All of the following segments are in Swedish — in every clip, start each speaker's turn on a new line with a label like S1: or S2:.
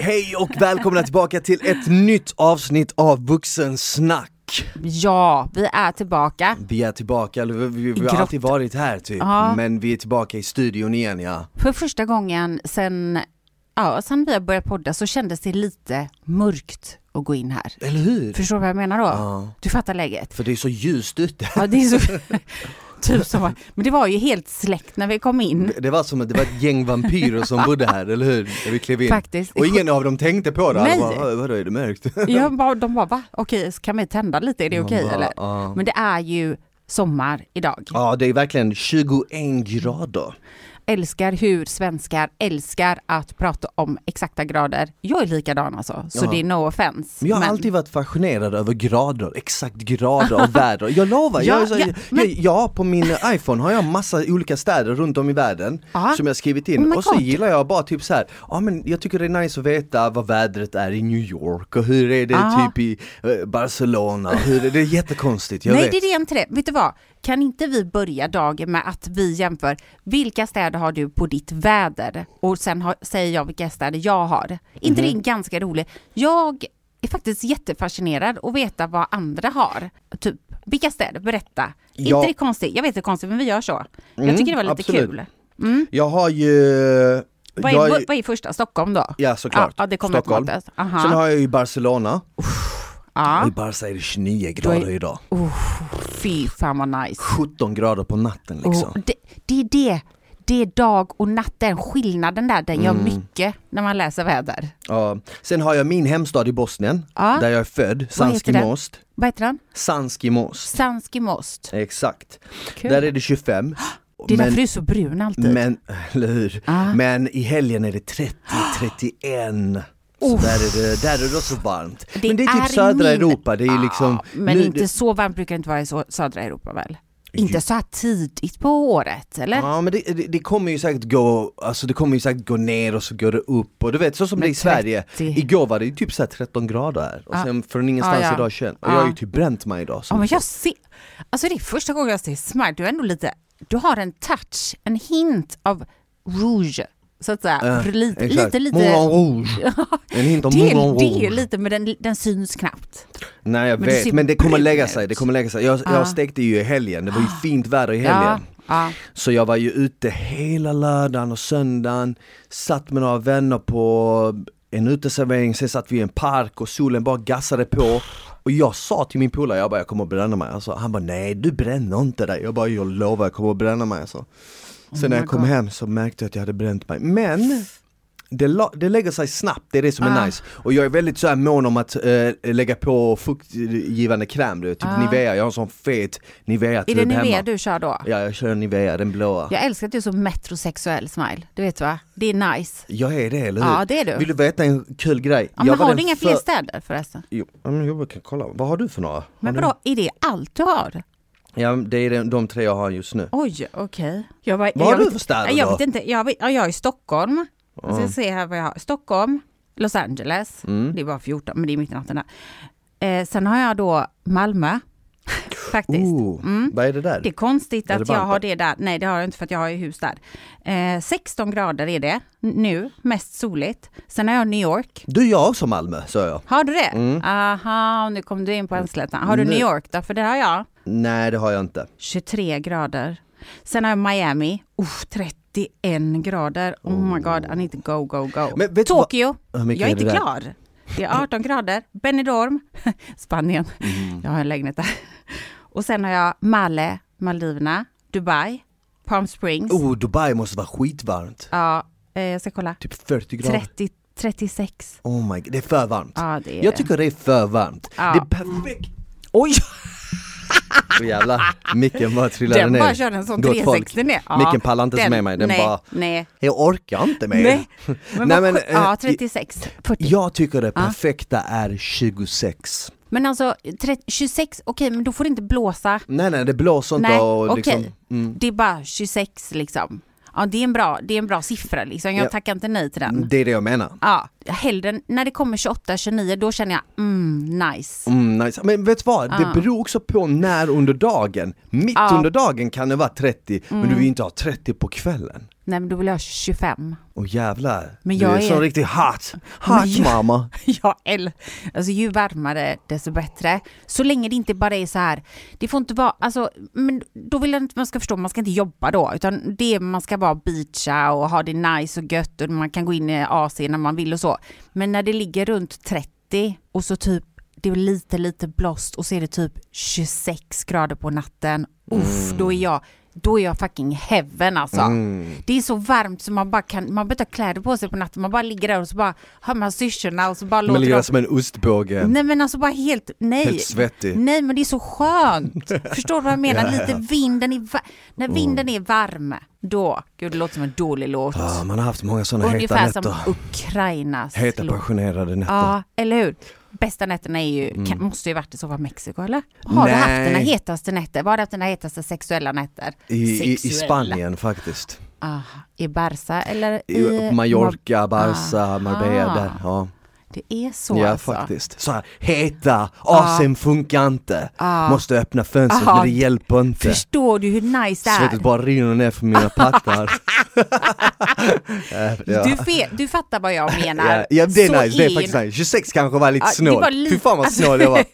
S1: hej och välkomna tillbaka till ett nytt avsnitt av Vuxensnack.
S2: Ja, vi är tillbaka.
S1: Vi är tillbaka, eller vi, vi, vi har
S2: Grått.
S1: alltid varit här typ,
S2: Ja.
S1: men vi är tillbaka i studion igen ja.
S2: För första gången sen, ja, sen vi har börjat podda så kändes det lite mörkt att gå in här.
S1: Eller hur?
S2: Förstår du vad jag menar då?
S1: Ja.
S2: Du fattar läget?
S1: För det är så ljust ute.
S2: Ja, det är så... typ som... Men det var ju helt släckt när vi kom in.
S1: Det var som att det var ett gäng vampyrer som bodde här, eller hur? När vi klev in.
S2: Faktiskt.
S1: Och ingen av dem tänkte på det,
S2: Nej.
S1: Alla bara, "Äh, vadå är det mörkt?
S2: Jag bara, de bara, va? Okej, så kan vi tända lite? Är det okej
S1: bara,
S2: eller?
S1: ja.
S2: Men det är ju sommar idag.
S1: Ja det är verkligen 21 grader.
S2: Älskar hur svenskar älskar att prata om exakta grader. Jag är likadan alltså, så
S1: Ja.
S2: det är no offense.
S1: Men jag har
S2: Men-
S1: alltid varit fascinerad över grader, exakt grader av väder. Jag lovar, jag,
S2: Ja,
S1: är så-
S2: ja,
S1: jag,
S2: men-
S1: jag, på min iPhone har jag massa olika städer runt om i världen
S2: Ja.
S1: som jag skrivit
S2: Oh
S1: in
S2: my
S1: och så
S2: God.
S1: gillar jag bara typ så här, ja men jag tycker det är nice att veta vad vädret är i New York och hur är det
S2: Ja.
S1: typ i eh, Barcelona, och hur är det, det är jättekonstigt, jag
S2: Nej,
S1: vet.
S2: det är inte det. Vet du vad? Kan inte vi börja dagen med att vi jämför vilka städer har du på ditt väder? Och sen har, säger jag vilka städer jag har. inte det
S1: Mhm.
S2: är ganska roligt? Jag är faktiskt jättefascinerad att veta vad andra har. Typ, vilka städer? Berätta.
S1: Ja.
S2: Inte det är konstigt? Jag vet det är konstigt, men vi gör så.
S1: Mm,
S2: jag tycker det var lite
S1: absolut.
S2: kul.
S1: Jag har ju...
S2: Vad mm. är,
S1: jag
S2: vad är första? Stockholm då?
S1: Ja såklart,
S2: Ja, det kommer
S1: Stockholm.
S2: automatiskt. Aha.
S1: Sen har jag ju Barcelona, och i
S2: Ja.
S1: Barca är det 29 grader
S2: är-
S1: idag.
S2: Fy fan vad nice.
S1: 17 grader på natten liksom.
S2: Och det, det är det. Det är dag och natt, den skillnaden där, den
S1: Mm.
S2: gör mycket när man läser väder.
S1: Ja. Sen har jag min hemstad i Bosnien,
S2: Ja.
S1: där jag är född, Sanski
S2: heter den?
S1: Most.
S2: Vad heter den?
S1: Sanski Most,
S2: Sanski Most.
S1: exakt.
S2: Kul.
S1: Där är det 25.
S2: Det är därför du är så brun alltid.
S1: men, eller hur?
S2: Ah.
S1: Men i helgen är det 30, 31. Så där är, det, där är det också varmt. men det är typ södra
S2: min-
S1: Europa, det är ju liksom...
S2: Ja, men
S1: nu-
S2: inte så varmt brukar det inte vara i så- södra Europa väl? Inte så här tidigt på året, eller?
S1: Ja men det, det, det kommer ju säkert gå, alltså det kommer ju säkert gå ner och så går det upp och du vet så som det är i Sverige
S2: 30.
S1: Igår var det ju typ såhär 13 grader här och
S2: Ja.
S1: sen från ingenstans
S2: Ja, ja.
S1: idag 21 och jag har ju
S2: Ja.
S1: typ bränt mig idag så
S2: Ja men jag ser, alltså det är första gången jag ser smile, du är ändå lite, du har en touch, en hint av rouge, så att säga,
S1: Eh,
S2: lite,
S1: exakt.
S2: lite, lite,
S1: Moulin Rouge! En hint om
S2: det,
S1: Moulin
S2: är- det är
S1: Rouge!
S2: lite, men den, den syns knappt.
S1: Nej jag
S2: Men det
S1: vet,
S2: ser
S1: men det kommer
S2: brun
S1: lägga sig,
S2: ut.
S1: det kommer lägga sig. Jag,
S2: Ja. Ah.
S1: jag stekte ju i helgen, det var ju fint väder i helgen.
S2: Ja,
S1: Så jag var ju ute hela lördagen och söndagen, satt med några vänner på en uteservering, sen satt vi i en park och solen bara gassade på. Och jag sa till min polare, jag bara jag kommer att bränna mig. Alltså, han bara nej du bränner inte dig. Jag bara jag lovar jag kommer att bränna mig. Alltså. Sen när
S2: Oh my
S1: jag kom
S2: God.
S1: hem så märkte jag att jag hade bränt mig. Men det, la- det lägger sig snabbt, det är det som är
S2: Ah.
S1: nice. Och jag är väldigt så här mån om att eh, lägga på fuktgivande kräm, du vet, typ
S2: Ah.
S1: Nivea, jag har en sån fet Nivea-tub
S2: Är det
S1: hemma.
S2: Nivea du kör då?
S1: Ja jag kör Nivea, den blåa.
S2: Jag älskar att du är så metrosexuell smile, du vet va? Det är nice.
S1: Jag är det, eller hur?
S2: Ja, det är du.
S1: Vill du veta en kul grej?
S2: Ja,
S1: jag
S2: men
S1: var
S2: har du
S1: den
S2: inga
S1: för-
S2: fler städer förresten?
S1: Jo, ja, men jag kan kolla. Vad har du för några? Har
S2: Men
S1: du-
S2: vadå, är det allt du har?
S1: Ja, det är de, de tre jag har just nu.
S2: Oj, okej. Jag bara-
S1: Vad har
S2: jag
S1: du
S2: vet-
S1: för städer
S2: Jag
S1: då?
S2: vet inte, jag, vet, ja, jag är i Stockholm. Jag ska se här vad jag har. Stockholm, Los Angeles,
S1: Mm.
S2: det var 14, men det är mitt i natten där. Eh, sen har jag då Malmö, faktiskt. Mm.
S1: Oh, Vad är det där?
S2: Det är konstigt
S1: Är det
S2: att jag
S1: varmt
S2: har
S1: där?
S2: det där. Nej, det har jag inte för att jag har ju hus där. Eh, 16 grader är det nu, mest soligt. Sen har jag New York.
S1: Du, jag också Malmö, sa jag.
S2: Har du det? Aha, nu kom du in på ängslätan. Har du
S1: Mm. Nu-
S2: New York då? För det har jag.
S1: Nej, det har jag inte.
S2: 23 grader. Sen har jag Miami. Uff, 31 grader. Oh my god, I need to go, go, go.
S1: Men vet du vad-
S2: Tokyo.
S1: Hur mycket
S2: Jag är
S1: är det
S2: inte
S1: där?
S2: klar. Det är 18 grader. Benidorm. Spanien.
S1: Mm.
S2: Jag har en lägenhet där. Och sen har jag Malle, Maldiverna, Dubai, Palm Springs.
S1: Oh, Dubai måste vara skitvarmt.
S2: Ja, eh, jag ska kolla.
S1: Typ 40 grader.
S2: 30, 36.
S1: Oh my god, det är för varmt.
S2: Ja, det är
S1: jag
S2: det.
S1: tycker det är för varmt.
S2: Ja.
S1: Det är perfekt.
S2: Oj!
S1: Åh jävlar, micken bara trillade
S2: Den
S1: ner.
S2: bara körde en sån
S1: Gott folk.
S2: 360 ner. Ja,
S1: Micken pallar inte ens
S2: den-
S1: med mig, den
S2: nej,
S1: bara
S2: Nej,
S1: Jag orkar inte mer.
S2: nej. Men
S1: Nej,
S2: Nej,
S1: men, eh,
S2: ja, 36, 40.
S1: Jag tycker det perfekta är 26.
S2: Men alltså 30, 26, okej men då får det inte blåsa.
S1: Nej nej det blåser inte
S2: Nej,
S1: och
S2: okej.
S1: liksom, mm.
S2: Det är bara 26 liksom. Ja, det är en bra, det är en bra siffra liksom. Jag
S1: Ja. Mm.
S2: tackar inte nej till den.
S1: det är det jag menar.
S2: Ja, hellre när det kommer 28, 29, då känner jag mm, nice.
S1: Mm, nice. Men vet du vad,
S2: Ah.
S1: det beror också på när under dagen. Mitt
S2: Ja. Mm.
S1: under dagen kan det vara 30 men du vill ju inte ha 30 på kvällen.
S2: Nej men då vill jag ha 25.
S1: Åh jävlar,
S2: Men
S1: du
S2: jag
S1: är en
S2: är-
S1: sån riktig hot, hot
S2: Men jag-
S1: mamma.
S2: Jag äl- alltså ju varmare desto bättre. Så länge det inte bara är så här, det får inte vara, alltså, men då vill jag inte man ska förstå, man ska inte jobba då, utan det man ska vara beacha och ha det nice och gött och man kan gå in i AC när man vill och så. Men när det ligger runt 30 och så typ det är lite, lite blåst och så är det typ 26 grader på natten.
S1: Mm.
S2: Uff, då är jag, då är jag fucking heaven alltså. Det är så varmt så man bara kan, man byter kläder på sig på natten, man bara ligger där och så bara hör man syrsorna och så bara
S1: Men
S2: låter
S1: ligger
S2: de
S1: där som en ostbåge,
S2: Nej men alltså bara helt, nej.
S1: helt svettig.
S2: Nej men det är så skönt. Förstår du vad jag menar? Lite vinden är va- När
S1: Mm.
S2: vinden är varm, då, gud det låter som en dålig låt.
S1: Ah, man har haft många såna heta
S2: Ungefär
S1: nätter.
S2: som Ukrainas
S1: Heta
S2: låt.
S1: passionerade nätter. Mm.
S2: Ja, eller hur? Bästa nätterna är ju, kan, måste ju varit i så fall Mexiko eller? Har du haft
S1: Nej.
S2: dina hetaste nätter? Var har du haft dina hetaste sexuella nätter?
S1: I, i, I
S2: Sexuella.
S1: Spanien faktiskt.
S2: Ah, I Barca eller
S1: I,
S2: i...
S1: Mallorca, Barca, Marbella
S2: Eh, Ah.
S1: där. Ja,
S2: Det är så
S1: ja
S2: alltså?
S1: faktiskt. Så här, heta, AC'n funkar inte. Måste öppna fönstret
S2: Ah.
S1: men det hjälper inte.
S2: Förstår du hur nice det är?
S1: Svettet bara rinner ner för mina pattar. Eh, ja.
S2: Du, fe- du fattar vad jag menar.
S1: Ja, ja, det är
S2: Så
S1: nice, det är
S2: ju-
S1: faktiskt nice. 26 kanske var lite
S2: Ja, det
S1: snål.
S2: var lite-
S1: Fy fan vad
S2: alltså-
S1: snål jag var.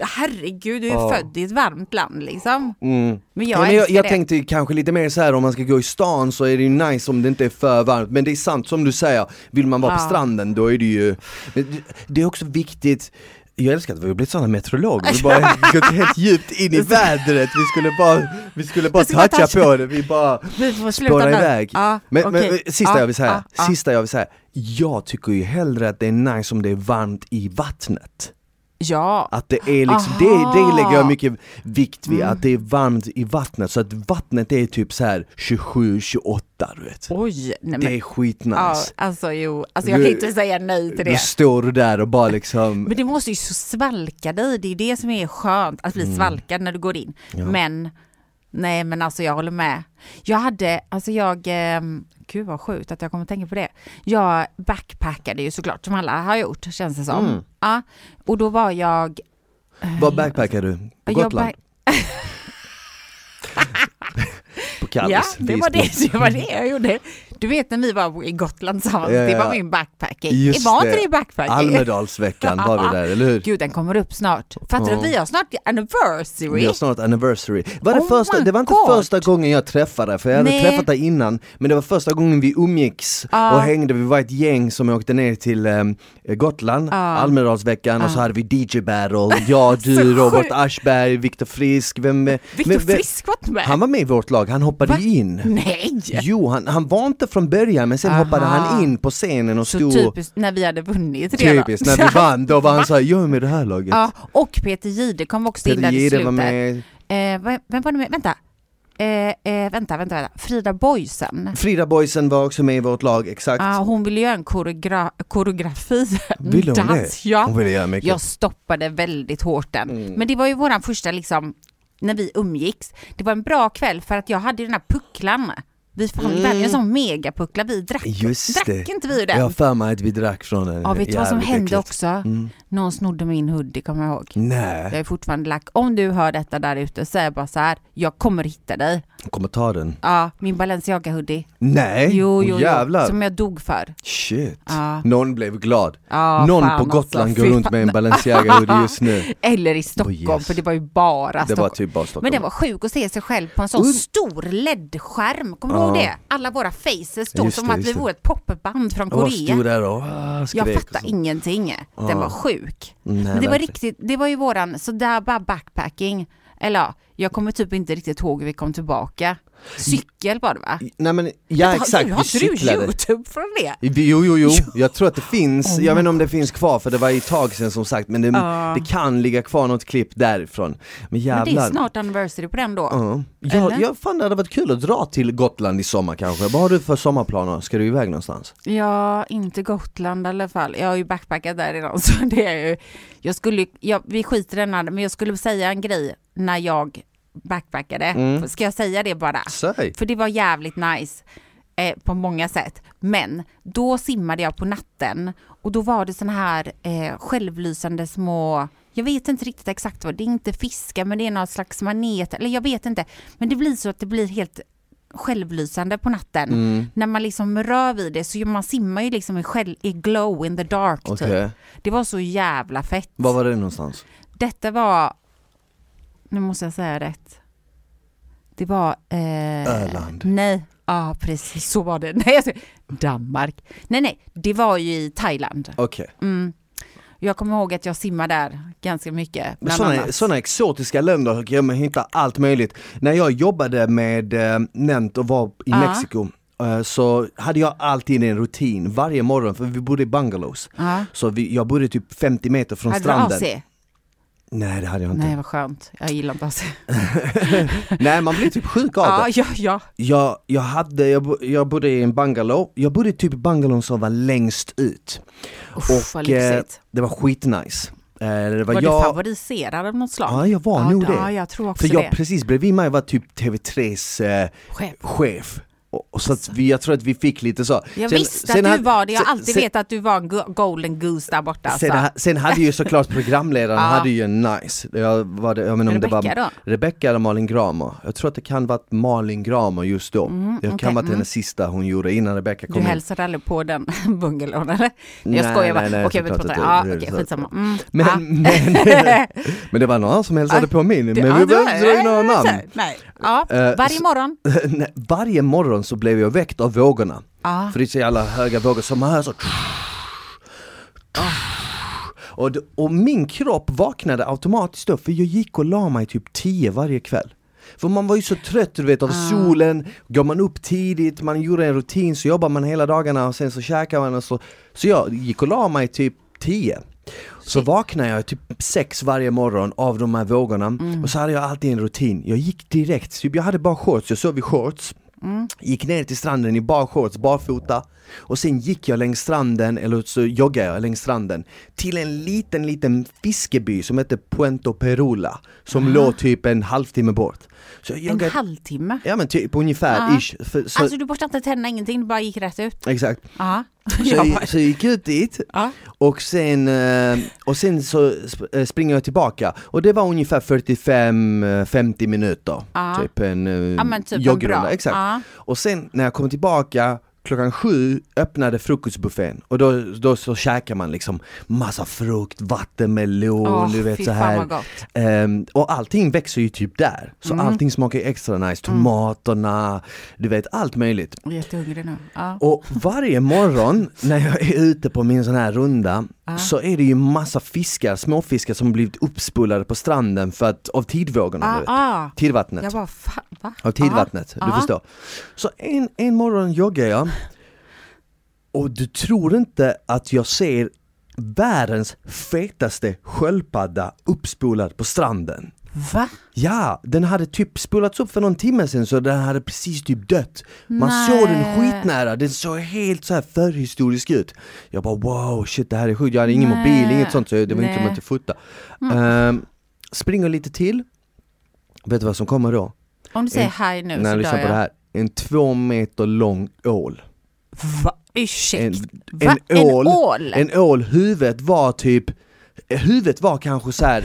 S2: Herregud, du är
S1: Ja.
S2: född i ett varmt land liksom.
S1: Mm.
S2: Men
S1: Jag,
S2: jag
S1: men jag,
S2: älskar
S1: jag
S2: det.
S1: tänkte ju kanske lite mer så här om man ska gå i stan så är det ju nice om det inte är för varmt. Men det är sant som du säger, vill man vara på
S2: Ja.
S1: stranden då är det ju men det- Det är också viktigt jag älskar att vi har blivit sådana meteorologer, vi bara har gått helt djupt in i vädret, vi skulle bara, vi skulle bara
S2: Vi skulle bara
S1: toucha
S2: toucha.
S1: på det, vi bara
S2: Vi får sluta
S1: spåra
S2: nu.
S1: iväg.
S2: Ja,
S1: men,
S2: okej.
S1: men sista
S2: Ja,
S1: jag vill säga,
S2: ja, ja.
S1: sista jag vill säga, jag tycker ju hellre att det är nice om det är varmt i vattnet.
S2: Ja,
S1: Att det är liksom, det,
S2: Aha. Mm.
S1: det lägger jag mycket vikt vid, att det är varmt i vattnet så att vattnet är typ så här 27-28 du vet.
S2: oj. Nej,
S1: Det
S2: men,
S1: är skitnice.
S2: ja, alltså jo, alltså jag
S1: Du-
S2: kan inte säga nej till
S1: Då
S2: det.
S1: står du där och bara liksom,
S2: Men det måste ju så svalka dig, det är det som är skönt, att bli
S1: Mm.
S2: svalkad när du går in. Men, nej men alltså jag håller med. Jag hade, alltså jag, eh, gud vad sjukt att jag kommer att tänka på det. Jag backpackade ju såklart, som alla har gjort känns det som.
S1: Mm.
S2: Ja, och då var jag...
S1: vad backpackar du? På
S2: jag
S1: Gotland?
S2: back-
S1: På Kallis?
S2: Ja, det var
S1: Visby.
S2: det, det var det jag gjorde. Du vet när vi var i Gotland tillsammans,
S1: Ja, ja,
S2: det var
S1: ja.
S2: min backpacking.
S1: Just
S2: det var
S1: det.
S2: inte det backpacking?
S1: Almedalsveckan var vi där, eller hur?
S2: Gud, den kommer upp snart. Fattar
S1: Ja.
S2: du, vi har snart anniversary.
S1: Vi har snart anniversary. Var det,
S2: Oh
S1: första,
S2: my
S1: det var inte
S2: God.
S1: första gången jag träffade dig, för jag hade
S2: Nej. Ah.
S1: träffat dig innan, men det var första gången vi umgicks
S2: Ja.
S1: och hängde, vi var ett gäng som åkte ner till ehm, Gotland, Almedalsveckan och så hade vi DJ-battle, jag, du,
S2: Ah. Så
S1: Robert
S2: sjukt.
S1: Aschberg, Viktor Frisk, vem... vem-
S2: Viktor
S1: vem- vem-
S2: Frisk var inte med.
S1: Han var med i vårt lag, han hoppade
S2: Va?
S1: ju in.
S2: Nej!
S1: Jo, han, han var inte från början men sen
S2: Aha.
S1: hoppade han in på scenen och
S2: Så typ
S1: stod...
S2: typiskt när vi hade vunnit redan.
S1: typiskt, när vi vann, då var han såhär, jag är med i det här laget.
S2: ja, och Peter Jihde kom också in
S1: Peter
S2: där i
S1: Jihde
S2: slutet.
S1: var med,
S2: Eh, vem- vem var det med? Vänta. Eh, eh, vänta, vänta, vänta. Frida Boisen.
S1: Frida Boysen var också med i vårt lag, exakt.
S2: Ah, hon ville göra en koreogra- koreografi.
S1: Ville hon
S2: dans,
S1: det?
S2: Ja.
S1: Hon ville göra mycket. Mm.
S2: Jag stoppade väldigt hårt den. Men det var ju våran första liksom, när vi umgicks. Det var en bra kväll för att jag hade ju den här pucklan. Vi hade ju en sån megapuckla, vi drack,
S1: Mm. Just
S2: drack
S1: det.
S2: inte vi ur
S1: Jag
S2: den?
S1: har för mig att vi drack från den.
S2: Ja, vet du vad som
S1: Jävligt
S2: hände
S1: äckligt. Mm.
S2: också? Någon snodde min hoodie, kommer jag ihåg. Jag
S1: Nej,
S2: är fortfarande lack. Om du hör detta där ute, säg bara så här, jag kommer hitta dig.
S1: jag kommer ta den.
S2: Ja, min Balenciaga-hoodie.
S1: Nej,
S2: Jo,
S1: Åh,
S2: jo, jo,
S1: jävlar.
S2: som jag dog för.
S1: Shit.
S2: Ja.
S1: Någon blev glad.
S2: Ja,
S1: Någon
S2: fan
S1: på Gotland
S2: alltså,
S1: går
S2: fy
S1: runt
S2: fan.
S1: med en Balenciaga-hoodie just nu.
S2: Eller i Stockholm,
S1: Oh, yes.
S2: för det var ju bara
S1: Det
S2: Stockholm.
S1: var typ bara Stockholm.
S2: Men det var sjuk att se sig själv på en sån
S1: Och-
S2: stor LED-skärm. Kommer du
S1: Ja.
S2: ihåg det? Alla våra faces då,
S1: Just
S2: som
S1: det,
S2: att
S1: just
S2: vi
S1: det.
S2: vore ett popband från
S1: Jag stod
S2: Korea.
S1: där och ah, skrek.
S2: Jag
S1: och
S2: fattar
S1: så.
S2: ingenting. Den var sjuk.
S1: Nej,
S2: Men det var
S1: verkligen.
S2: riktigt, det var ju våran, så där bara backpacking. Eller ja, jag kommer typ inte riktigt ihåg hur vi kom tillbaka. Cykel var det va?
S1: Nej men, ja exakt, vi
S2: du, har inte du
S1: cyklade.
S2: YouTube från det?
S1: Jo, jo, jo, jag tror att det
S2: Oh
S1: finns, jag vet inte om det finns kvar för det var ju ett tag sedan som sagt men det,
S2: Ja.
S1: det kan ligga kvar något klipp därifrån. Men
S2: Men det är
S1: jävlar.
S2: snart anniversary på den då.
S1: Ja, jag,
S2: Eller?
S1: jag fan det hade varit kul att dra till Gotland i sommar kanske. Vad har du för sommarplaner? Ska du iväg någonstans?
S2: Ja, inte Gotland i alla fall. Jag har ju backpackat där redan så det är ju, jag skulle, ju- jag, vi skiter i den här, men jag skulle säga en grej när jag backpackade. Ska jag säga det bara?
S1: Säg!
S2: För det var jävligt nice eh, på många sätt. Men då simmade jag på natten och då var det såna här eh, självlysande små jag vet inte riktigt exakt vad, det är inte fiskar men det är någon slags manet, eller jag vet inte. Men det blir så att det blir helt självlysande på natten.
S1: Mm.
S2: När man liksom rör vid det så man simmar ju liksom i, själv, i glow in the dark
S1: Okej,
S2: typ. Det var så jävla fett.
S1: var var det någonstans?
S2: Detta var, nu måste jag säga rätt. Det var... Eh,
S1: Öland.
S2: Nej, ja precis så var det. Nej, jag skojar. Danmark. Nej, nej, det var ju i Thailand.
S1: Okej,
S2: Mm. Jag kommer ihåg att jag simmade där ganska mycket.
S1: Men
S2: Bland
S1: sådana,
S2: annat.
S1: sådana exotiska länder kan man hitta allt möjligt. När jag jobbade med eh, Nent och var i
S2: Ja.
S1: Mexiko eh, så hade jag alltid en rutin varje morgon för vi bodde i bungalows.
S2: Ja.
S1: Så vi, jag bodde typ 50 meter från
S2: Hade du
S1: stranden.
S2: AC?
S1: Nej det hade jag inte.
S2: Nej,
S1: Nej,
S2: vad skönt. Jag gillar inte AC.
S1: man blir typ sjuk av
S2: Ja,
S1: det.
S2: ja, ja.
S1: Jag, jag, hade, jag, bo- jag bodde i en bungalow, jag bodde i typ i bungalown som var längst ut.
S2: Uff, vad
S1: och eh,
S2: lyxigt.
S1: det var skitnice. Eh, det var
S2: Var du
S1: jag,
S2: favoriserad av något slag?
S1: Ja, jag var nog det.
S2: Ja, jag tror också
S1: för jag
S2: det.
S1: precis bredvid mig var typ TV3s eh,
S2: Själv.
S1: chef. Och, och så att vi, jag tror att vi fick lite så.
S2: Alltså. Jag
S1: Sen-
S2: visste
S1: sen
S2: att du
S1: hade-
S2: var det. Jag har
S1: sen-
S2: alltid
S1: sen-
S2: vetat att du var en go- golden goose där borta. Alltså.
S1: Sen, ha- sen hade ju såklart programledaren
S2: Ja.
S1: hade ju en nice, jag, var det, jag menar om det
S2: Rebecca
S1: var
S2: då?
S1: Rebecca eller Malin Gramer. Jag tror att det kan varit Malin Gramer just då. det kan
S2: Mm, okej,
S1: varit hennes sista hon gjorde innan Rebecca kom
S2: Du
S1: in.
S2: hälsade aldrig på den bungalown eller?
S1: Nej,
S2: jag skojar bara.
S1: nej, nej,
S2: Okej, vi
S1: såklart
S2: pratar.
S1: inte. Det
S2: Ja,
S1: är
S2: okej,
S1: såklart.
S2: skitsamma. Mm.
S1: Men,
S2: ja.
S1: men, men det var någon som hälsade på min, men vi
S2: Ja,
S1: behöver
S2: Ah, det- eh,
S1: inte dra in några
S2: nej,
S1: namn.
S2: Nej. Ja,
S1: Eh,
S2: varje
S1: så-
S2: morgon.
S1: Nej, Varje morgon så blev jag väckt av vågorna.
S2: Ja.
S1: För det är så jävla höga vågor, så man hör så
S2: Ah.
S1: och, det- och min kropp vaknade automatiskt då, för jag gick och la mig typ 10 varje kväll. För man var ju så trött du vet av
S2: Ah.
S1: solen, går man upp tidigt, man gjorde en rutin, så jobbar man hela dagarna och sen så käkar man och så Så jag gick och la mig typ 10 Så vaknade jag typ sex varje morgon av de här vågorna
S2: Mm.
S1: och så hade jag alltid en rutin. Jag gick direkt, typ jag hade bara shorts, jag sov i shorts
S2: Mm.
S1: Gick ner till stranden i bara shorts, barfota och sen gick jag längs stranden, eller så joggade jag längs stranden till en liten, liten fiskeby som hette Puento Perula som låg typ en halvtimme bort. Så jag
S2: En
S1: joggade,
S2: halvtimme.
S1: ja men typ ungefär,
S2: Ja.
S1: ish. För, så,
S2: Alltså du borstade inte tänderna, ingenting, du bara gick rätt ut.
S1: exakt.
S2: Ja.
S1: Så
S2: Jag bara-
S1: jag, så jag gick ut dit
S2: Ja.
S1: och sen, eh, och sen så sp- eh, springer jag tillbaka och det var ungefär 45-50 minuter.
S2: Ja.
S1: Typ en eh,
S2: Ja, men typ en
S1: joggrunda.
S2: bra.
S1: Exakt.
S2: Ja.
S1: Och sen när jag kom tillbaka klockan sju öppnade frukostbuffén och då, då så käkar man liksom massa frukt, vatten, melon,
S2: Åh,
S1: du
S2: fy
S1: vet så
S2: fan
S1: här.
S2: vad gott. Mm.
S1: Ehm, och allting växer ju typ där. Så allting smakar ju extra nice. Tomaterna, du vet allt möjligt.
S2: Jag är jättehungrig nu. Ja.
S1: Och varje morgon när jag är ute på min sån här runda
S2: Ah.
S1: så är det ju massa fiskar, småfiskar som blivit uppspullade på stranden för att, av tidvågorna. du
S2: Ah,
S1: vet.
S2: ah.
S1: Tidvattnet.
S2: Jag bara, fan, va? Ah,
S1: Av tidvattnet,
S2: Ja,
S1: du
S2: ja.
S1: förstår. Så en, en morgon joggar jag och du tror inte att jag ser världens fetaste sköldpadda uppspolad på stranden.
S2: Va?
S1: Ja, den hade typ spolats upp för någon timme sedan så den hade precis typ dött. Man
S2: Nej.
S1: såg den skitnära, den såg helt så här förhistorisk ut. Jag bara wow, shit det här är sjukt. Jag hade ingen
S2: Nej.
S1: mobil, inget sånt så det var inte
S2: Nej. Mm.
S1: möjligt att fota. Ehm, springer lite till. Vet du vad som kommer då?
S2: Om du säger
S1: En-
S2: hej nu
S1: när
S2: så
S1: jag lyssnar
S2: dör
S1: på det
S2: jag.
S1: här. En två meter lång ål.
S2: Va? Ursäkta?
S1: En,
S2: Va?
S1: en ål.
S2: En ål?
S1: En ål, huvudet var typ, huvudet var kanske så här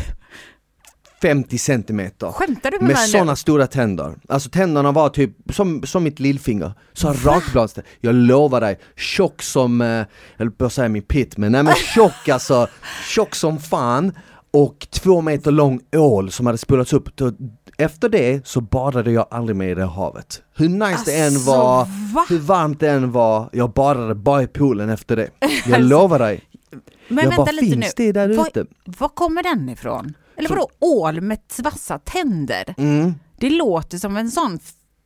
S1: 50 centimeter.
S2: Skämtar du med,
S1: Med
S2: mig
S1: sådana stora tänder. Alltså tänderna var typ som, som mitt lillfinger. Så rakbladständer. Jag lovar dig, tjock som, eh, jag höll på att säga min pitt, men nej men tjock alltså. Tjock som fan. Och två meter lång ål som hade spolats upp. Då- Efter det så badade jag aldrig mer i det havet. Hur nice det än
S2: Alltså,
S1: var,
S2: va?
S1: hur varmt det än var, jag badade bara i poolen efter det. Jag lovar dig.
S2: nu? Alltså, Men
S1: jag
S2: vänta
S1: bara,
S2: lite
S1: finns
S2: nu.
S1: det där
S2: Vad-
S1: ute?
S2: Var kommer den ifrån? Eller vadå ål med vassa tänder?
S1: Mm.
S2: Det låter som en sån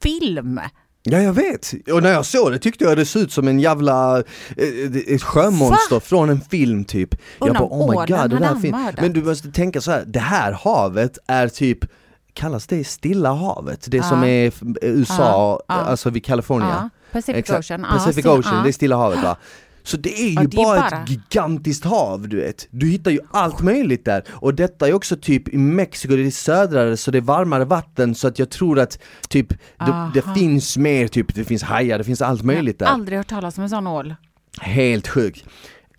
S2: film.
S1: Ja jag vet, och när jag såg det tyckte jag det såg ut som en jävla eh, eh, ett sjömonster från en film typ Jag
S2: Undrar
S1: bara
S2: om
S1: oh my god,
S2: ålen
S1: det
S2: hade
S1: där är fint.
S2: anmördat.
S1: Men du måste tänka så här, det här havet är typ Kallas det Stilla havet? Det som
S2: Ja.
S1: är f- eh, USA,
S2: Ja, ja.
S1: alltså vid Kalifornien
S2: Ja, Pacific Ocean. Ja,
S1: Pacific
S2: Stilla-
S1: Ocean,
S2: ja.
S1: det är Stilla havet va? Så det är ju
S2: Ja, det är
S1: bara,
S2: bara-
S1: ett gigantiskt hav du vet, du hittar ju allt möjligt där och detta är också typ i Mexiko, det är södrare så det är varmare vatten så att jag tror att typ det, det
S2: Aha.
S1: finns mer, typ det finns hajar, det finns allt möjligt där.
S2: Aldrig hört talas om en sån ål.
S1: Helt sjukt.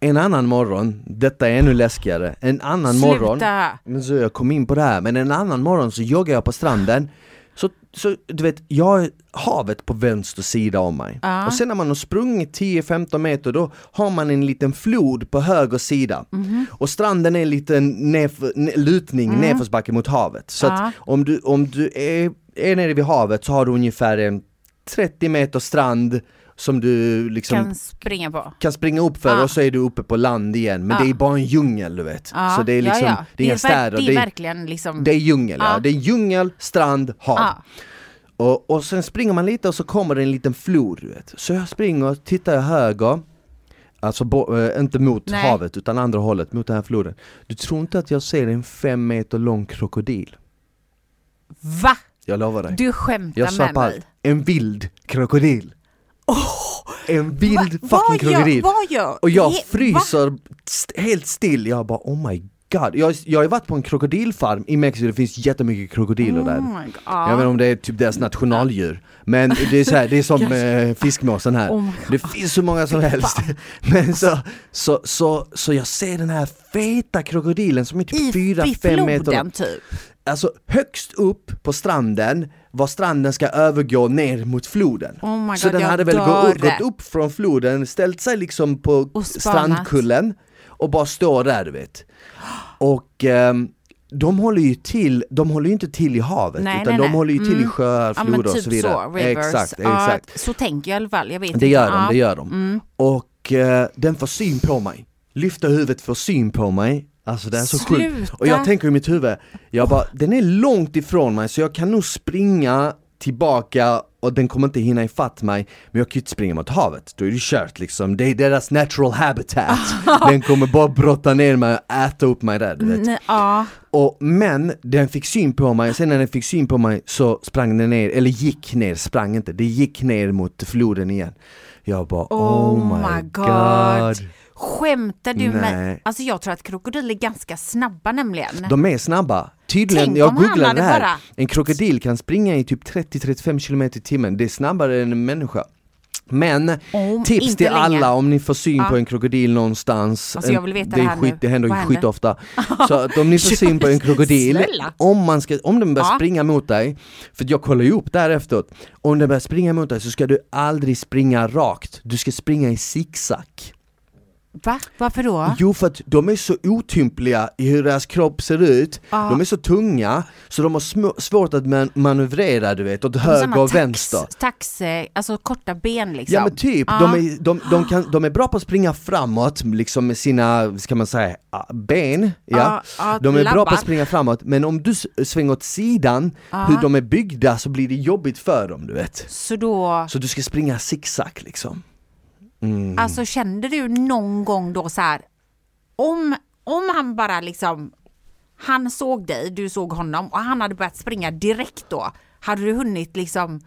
S1: En annan morgon, detta är ännu läskigare, en annan morgon
S2: Sluta!
S1: men så jag kom in på det här, men en annan morgon så joggar jag på stranden Så, så du vet, jag har havet på vänster sida om mig.
S2: Ja.
S1: Och sen när man har sprungit 10-15 meter då har man en liten flod på höger sida.
S2: Mhm.
S1: Och stranden är en liten nedför, ne- lutning nedförsbacke mot havet. Så
S2: Mm. Ja.
S1: att om du, om du är, är nere vid havet så har du ungefär en 30 meter strand som du liksom
S2: kan springa på.
S1: kan springa upp för
S2: Ah.
S1: och så är du uppe på land igen men
S2: Ah.
S1: det är bara en djungel du vet.
S2: Ja,
S1: Så det är
S2: ja,
S1: liksom,
S2: ja.
S1: det är inga
S2: ver-
S1: städer.
S2: Det är
S1: det är-
S2: verkligen liksom...
S1: det är djungel, ja.
S2: Ja.
S1: Det är djungel, strand, hav.
S2: ja.
S1: Och, och sen springer man lite och så kommer det en liten flod. Du vet. Så jag springer, tittar jag höger, alltså bo, eh, inte mot
S2: Nej.
S1: havet utan andra hållet, mot den här floden. Du tror inte att jag ser en fem meter lång krokodil?
S2: Va?
S1: Jag lovar dig.
S2: Du skämtar
S1: jag
S2: med
S1: på allt.
S2: mig?
S1: en vild krokodil. En
S2: Va-
S1: vild fucking
S2: vad
S1: krokodil.
S2: Gör, vad gör?
S1: Och jag
S2: He- Va?
S1: fryser st- helt still, jag bara oh my god. Jag, jag har ju varit på en krokodilfarm i Mexiko, det finns jättemycket krokodiler där.
S2: Oh my God.
S1: Jag vet inte om det är typ deras nationaldjur Men det är, så här, det är som eh, fiskmåsen här
S2: Oh my
S1: Det finns så många som helst Men så, så, så, så jag ser den här feta krokodilen som är
S2: I,
S1: typ 4-5
S2: floden
S1: meter lång.
S2: typ.
S1: Alltså högst upp på stranden var stranden ska övergå ner mot floden
S2: Oh my God,
S1: Så den
S2: jag
S1: hade väl gå,
S2: dör.
S1: gått upp från floden, ställt sig liksom på
S2: Och spanat.
S1: strandkullen och bara står där du vet Och ehm, de håller ju till, de håller ju inte till i havet
S2: Nej,
S1: utan
S2: nej,
S1: de
S2: nej.
S1: håller ju till i
S2: Mm.
S1: sjöar,
S2: Ja
S1: floder
S2: men typ
S1: och så vidare
S2: så, rivers.
S1: Exakt,
S2: Ja,
S1: exakt
S2: så tänker jag i alla fall, jag vet
S1: Det
S2: inte.
S1: gör de,
S2: Ja.
S1: det gör de
S2: Mm.
S1: Och eh, den får syn på mig Lyfter huvudet får syn på mig Alltså det är så sjukt
S2: Sluta.
S1: och jag tänker i mitt huvud, jag bara, den är långt ifrån mig så jag kan nog springa tillbaka och den kommer inte hinna ifatt mig Men jag kan ju inte springa mot havet, då är det kört liksom Det är deras natural habitat Den kommer bara brotta ner mig och äta upp mig där du vet
S2: Nej, ja.
S1: och, Men den fick syn på mig, sen när den fick syn på mig så sprang den ner, eller gick ner, sprang inte, det gick ner mot floden igen Jag bara oh, my god.
S2: Skämtar du med
S1: Nej.
S2: mig? Alltså jag tror att krokodiler är ganska snabba nämligen.
S1: De är snabba. Tydligen,
S2: Tänk
S1: jag
S2: om han
S1: googlade det
S2: hade
S1: här.
S2: bara-
S1: En krokodil kan springa i typ 30-35 km i timmen. Det är snabbare än en människa. Men
S2: Om
S1: tips
S2: inte
S1: till
S2: länge.
S1: alla om ni får syn
S2: Ja.
S1: på en krokodil någonstans.
S2: Alltså,
S1: En-
S2: jag vill veta
S1: det, är
S2: det här
S1: skit,
S2: nu.
S1: det händer ju
S2: Vad händer?
S1: skitofta. Så att om ni får syn på en krokodil,
S2: Snälla.
S1: om, man ska, om den börjar
S2: Ja.
S1: springa mot dig, för jag kollar ju upp där efteråt. Om den börjar springa mot dig så ska du aldrig springa rakt, du ska springa i zigzag.
S2: Va? Varför då?
S1: Jo för att de är så otympliga i hur deras kropp ser ut,
S2: Ja.
S1: de är så tunga så de har små, svårt att man, manövrera du vet, åt
S2: Såna
S1: höger och
S2: tax-
S1: vänster.
S2: Tax, eh, alltså korta ben liksom.
S1: Ja men typ,
S2: Ja.
S1: de, är, de, de, kan, de är bra på att springa framåt liksom med sina, ska man säga, ah, ben. Ja.
S2: Ja, ja,
S1: de är bra på
S2: labbar.
S1: att springa framåt men om du s- svänger åt sidan, hur de är byggda så blir det jobbigt för dem du vet.
S2: Så då,
S1: Så du ska springa zigzag liksom. Mm.
S2: alltså kände du någon gång då så här, om, om han bara liksom, han såg dig, du såg honom och han hade börjat springa direkt då, hade du hunnit liksom,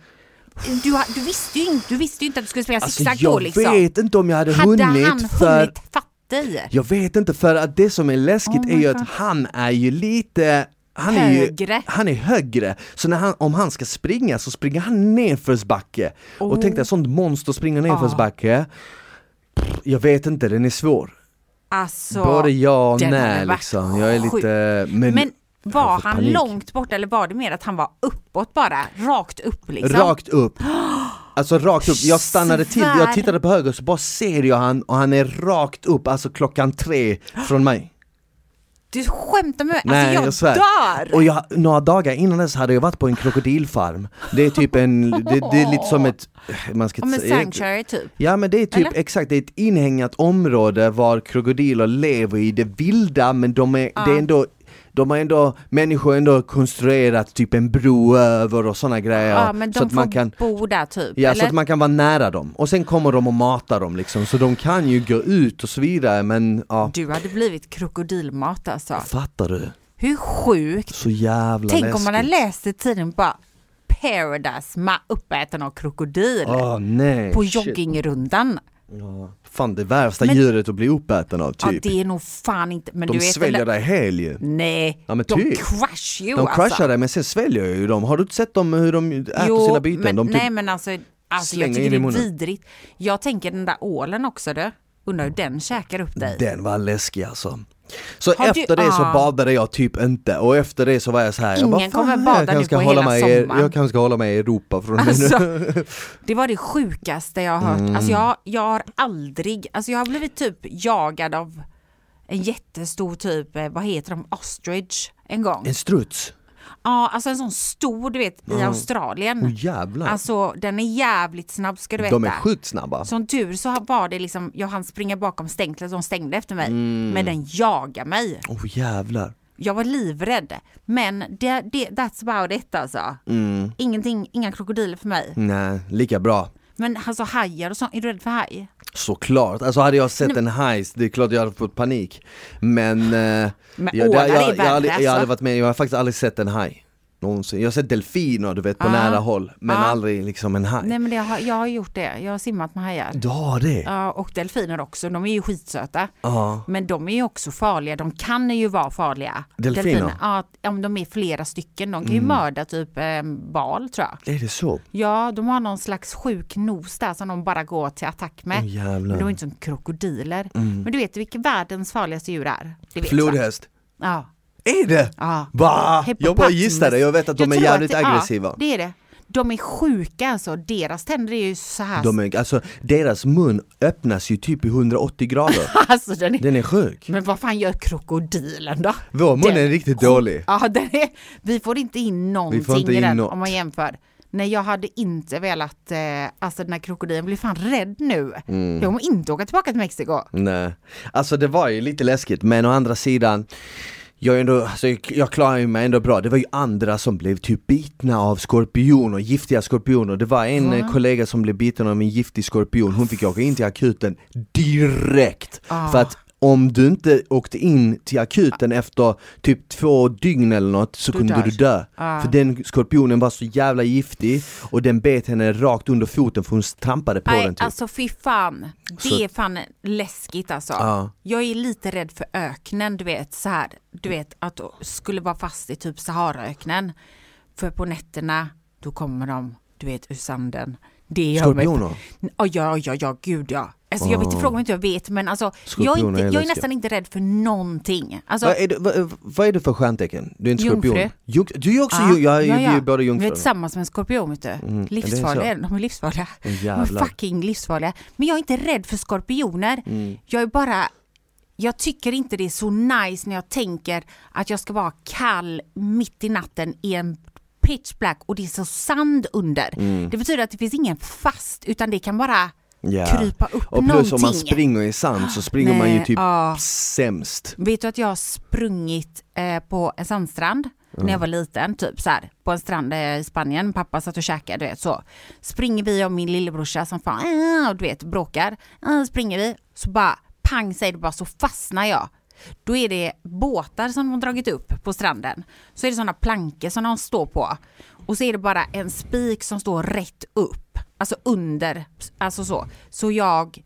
S2: du, ha- du, visste, ju inte, du visste ju inte att du skulle springa
S1: Alltså
S2: zigzag då
S1: jag
S2: liksom.
S1: vet inte om jag hade,
S2: hade han
S1: hunnit
S2: hunnit
S1: för
S2: fatta i?
S1: Jag vet inte för att det som är läskigt
S2: Oh
S1: är
S2: my
S1: ju att
S2: God.
S1: han är ju lite han är Ju,
S2: Högre.
S1: han är högre, så när han, om han ska springa så springer han nedförsbacke. Och tänk dig
S2: Oh.
S1: ett sånt monster springer nedförsbacke. Pff, Jag vet inte, den är svår.
S2: Alltså,
S1: Både ja och
S2: den hade
S1: nej
S2: varit
S1: liksom. Jag är
S2: sjuk.
S1: lite... Men,
S2: Men
S1: Jag
S2: var
S1: får
S2: han
S1: panik.
S2: långt bort eller var det mer att han var uppåt bara? Rakt upp liksom?
S1: rakt upp. Alltså rakt upp, jag stannade till, jag
S2: Svär.
S1: tittade på höger så bara ser jag han och han är rakt upp, alltså klockan tre från mig.
S2: Du skämtar med mig?
S1: Nej, jag
S2: alltså
S1: svär.
S2: jag, dör!
S1: Och jag, några dagar innan dess hade jag varit på en krokodilfarm Det är typ en, det, det är lite som ett, man ska
S2: Om
S1: inte
S2: en
S1: säga-
S2: sanctuary typ.
S1: Ja men det är typ,
S2: Eller?
S1: exakt, det är ett inhägnat område var krokodiler lever i det vilda men de är, det är ändå de har ändå, människor har ändå konstruerat typ en bro över och sådana grejer
S2: Ja, men de
S1: så att
S2: får
S1: man kan
S2: bo där typ.
S1: Ja, så
S2: eller?
S1: att man kan vara nära dem. Och sen kommer de och matar dem liksom, så de kan ju gå ut och så vidare men ja,
S2: Du hade blivit krokodilmat alltså.
S1: fattar du?
S2: Hur sjukt?
S1: Så jävla
S2: Tänk
S1: läskigt.
S2: om man hade läst i tidningen bara Paradise ma uppäten av krokodil
S1: Åh, nej,
S2: på
S1: shit.
S2: joggingrundan.
S1: Ja. Fan det värsta
S2: Men-
S1: djuret att bli uppäten av
S2: Ja,
S1: typ.
S2: det är nog fan inte, men
S1: de
S2: du vet
S1: sväljer
S2: eller?
S1: dig hel ju.
S2: Nej,
S1: Ja, men
S2: de
S1: typ.
S2: crush ju
S1: De
S2: alltså.
S1: crushar dig men sen sväljer ju dem. Har du inte sett dem hur de äter sina byten?
S2: Men,
S1: de typ,
S2: nej men alltså, alltså
S1: slänger
S2: jag tycker
S1: in
S2: det
S1: i
S2: är
S1: munnen.
S2: vidrigt. Jag tänker den där ålen också du, undrar hur den käkar upp dig.
S1: Den var läskig alltså. Så
S2: Har du-
S1: efter det så
S2: ah.
S1: badade jag typ inte och efter det så var jag så här, jag bara,
S2: Ingen
S1: "Fan,
S2: kommer
S1: jag
S2: bada
S1: kanske
S2: nu
S1: ska
S2: på
S1: hålla
S2: hela
S1: mig i-
S2: sommaren."
S1: Jag kanske ska hålla mig i Europa från och med nu. Mm.
S2: Alltså, det var det sjukaste jag har hört. Alltså jag, jag har aldrig, alltså jag har blivit typ jagad av en jättestor typ, eh, vad heter de, ostrich en gång.
S1: En struts?
S2: Ja, alltså en sån stor du vet i Australien.
S1: Åh jävlar.
S2: Alltså den är jävligt snabb ska du veta.
S1: de är sjukt snabba.
S2: Som tur så var det liksom, jag hann springa bakom stängslet, de stängde efter mig.
S1: Mm.
S2: Men den jagade mig.
S1: Åh oh, jävlar.
S2: Jag var livrädd. Men det, det, that's about it alltså.
S1: Mm.
S2: Ingenting, inga krokodiler för mig.
S1: Nej, lika bra.
S2: Men alltså hajar och sånt, är du rädd för haj?
S1: Såklart, alltså hade jag sett en heist, det är klart jag hade fått panik Men, eh, jag,
S2: ålar
S1: jag,
S2: är
S1: jag, jag,
S2: värre,
S1: hade- jag hade
S2: alltså.
S1: varit med, jag har faktiskt aldrig sett en haj Någonsin, jag har sett delfiner du vet på
S2: Ah.
S1: nära håll Men
S2: Ah.
S1: aldrig liksom en haj
S2: Nej men det, jag, har, jag har gjort det, jag har simmat med hajar.
S1: Du har det? Ja,
S2: Ja, och delfiner också, de är ju skitsöta. Men de är ju också farliga, de kan ju vara farliga.
S1: Delfiner? Mm.
S2: Ja, om de är flera stycken. De kan ju mörda typ eh, bal tror jag.
S1: är det så?
S2: Ja, de har någon slags sjuk nos där som de bara går till attack med.
S1: Åh, jävlar. Mm.
S2: men de är inte som krokodiler. Men du vet vilka världens farligaste djur är? Det vet va?
S1: Flodhäst?
S2: Ja.
S1: Är det?
S2: Ja.
S1: Va? Ah, Jag bara
S2: Hippopotamus.
S1: gissade, jag vet att de är
S2: tror
S1: jävligt
S2: ja,
S1: aggressiva
S2: det är det. De är sjuka alltså, deras tänder är ju så här.
S1: de är, alltså, deras mun öppnas ju typ i 180 grader
S2: Alltså, den är...
S1: Den är sjuk
S2: Men vad fan gör krokodilen då?
S1: Vår mun
S2: Den-
S1: är riktigt dålig
S2: Ja, den är... Vi får inte in någonting
S1: Vi får inte in
S2: i den
S1: något.
S2: om man jämför. Nej, jag hade inte velat, eh, alltså den här krokodilen blir fan rädd nu.
S1: Mm.
S2: Jag kommer inte åka tillbaka till Mexiko.
S1: Nej, alltså det var ju lite läskigt men å andra sidan jag, är ändå, alltså jag- jag klarar ju mig ändå bra, det var ju andra som blev typ bitna av skorpioner, giftiga skorpioner Det var en eh, kollega som blev biten av en giftig skorpion, hon fick åka in till akuten direkt!
S2: Ah.
S1: För att om du inte åkte in till akuten efter typ två dygn eller något så
S2: Du
S1: kunde
S2: dör. Ah.
S1: du dö För den skorpionen var så jävla giftig och den bet henne rakt under foten för hon trampade på
S2: Nej,
S1: den typ
S2: alltså fy fan. Det
S1: Så-
S2: är fan läskigt alltså.
S1: Ja.
S2: Jag är lite rädd för öknen, du vet så här. Du vet att du skulle vara fast i typ Saharaöknen. För på nätterna, då kommer de, du vet, ur sanden. Det gör mig...
S1: Skorpioner?
S2: Ja, ja, ja, ja, gud ja. Alltså, jag vill inte fråga om inte jag vet, men alltså, jag, är
S1: Ah. Skorpioner
S2: inte,
S1: är
S2: jag är
S1: läskiga.
S2: nästan inte rädd för någonting. Alltså,
S1: Vad är, du, vad, vad är du för stjärntecken? Du är inte
S2: Jungfru.
S1: skorpion? Jung, du är också
S2: ja,
S1: ju- jag är ju
S2: ja, ja.
S1: vi är båda
S2: Vi är
S1: jungfrur.
S2: tillsammans med en skorpion, vet du.
S1: det
S2: livsfarliga,
S1: är
S2: är de är livsfarliga.
S1: Åh,
S2: De är
S1: jävlar.
S2: fucking livsfarliga. Men jag är inte rädd för skorpioner.
S1: Mm.
S2: Jag är bara, jag tycker inte det är så nice när jag tänker att jag ska vara kall mitt i natten i en pitch black och det är så sand under. Det betyder att det finns ingen fast utan det kan bara
S1: Mm. Ja.
S2: krypa upp
S1: Och plus
S2: någonting.
S1: om man springer i sand så springer man ju
S2: Nej,
S1: typ
S2: ja.
S1: sämst.
S2: Vet du att jag har sprungit eh, på en sandstrand när jag var liten, typ så här, på en strand eh, i Spanien, pappa satt och käkade, du vet så. Springer vi och min lillebrorsa som fan, "Ah", och du vet, bråkar, "Ah", springer vi, så bara pang säger det bara så fastnar jag. Då är det båtar som de har dragit upp på stranden. Så är det sådana plankor som de står på. Och så är det bara en spik som står rätt upp, alltså under, alltså så. Så jag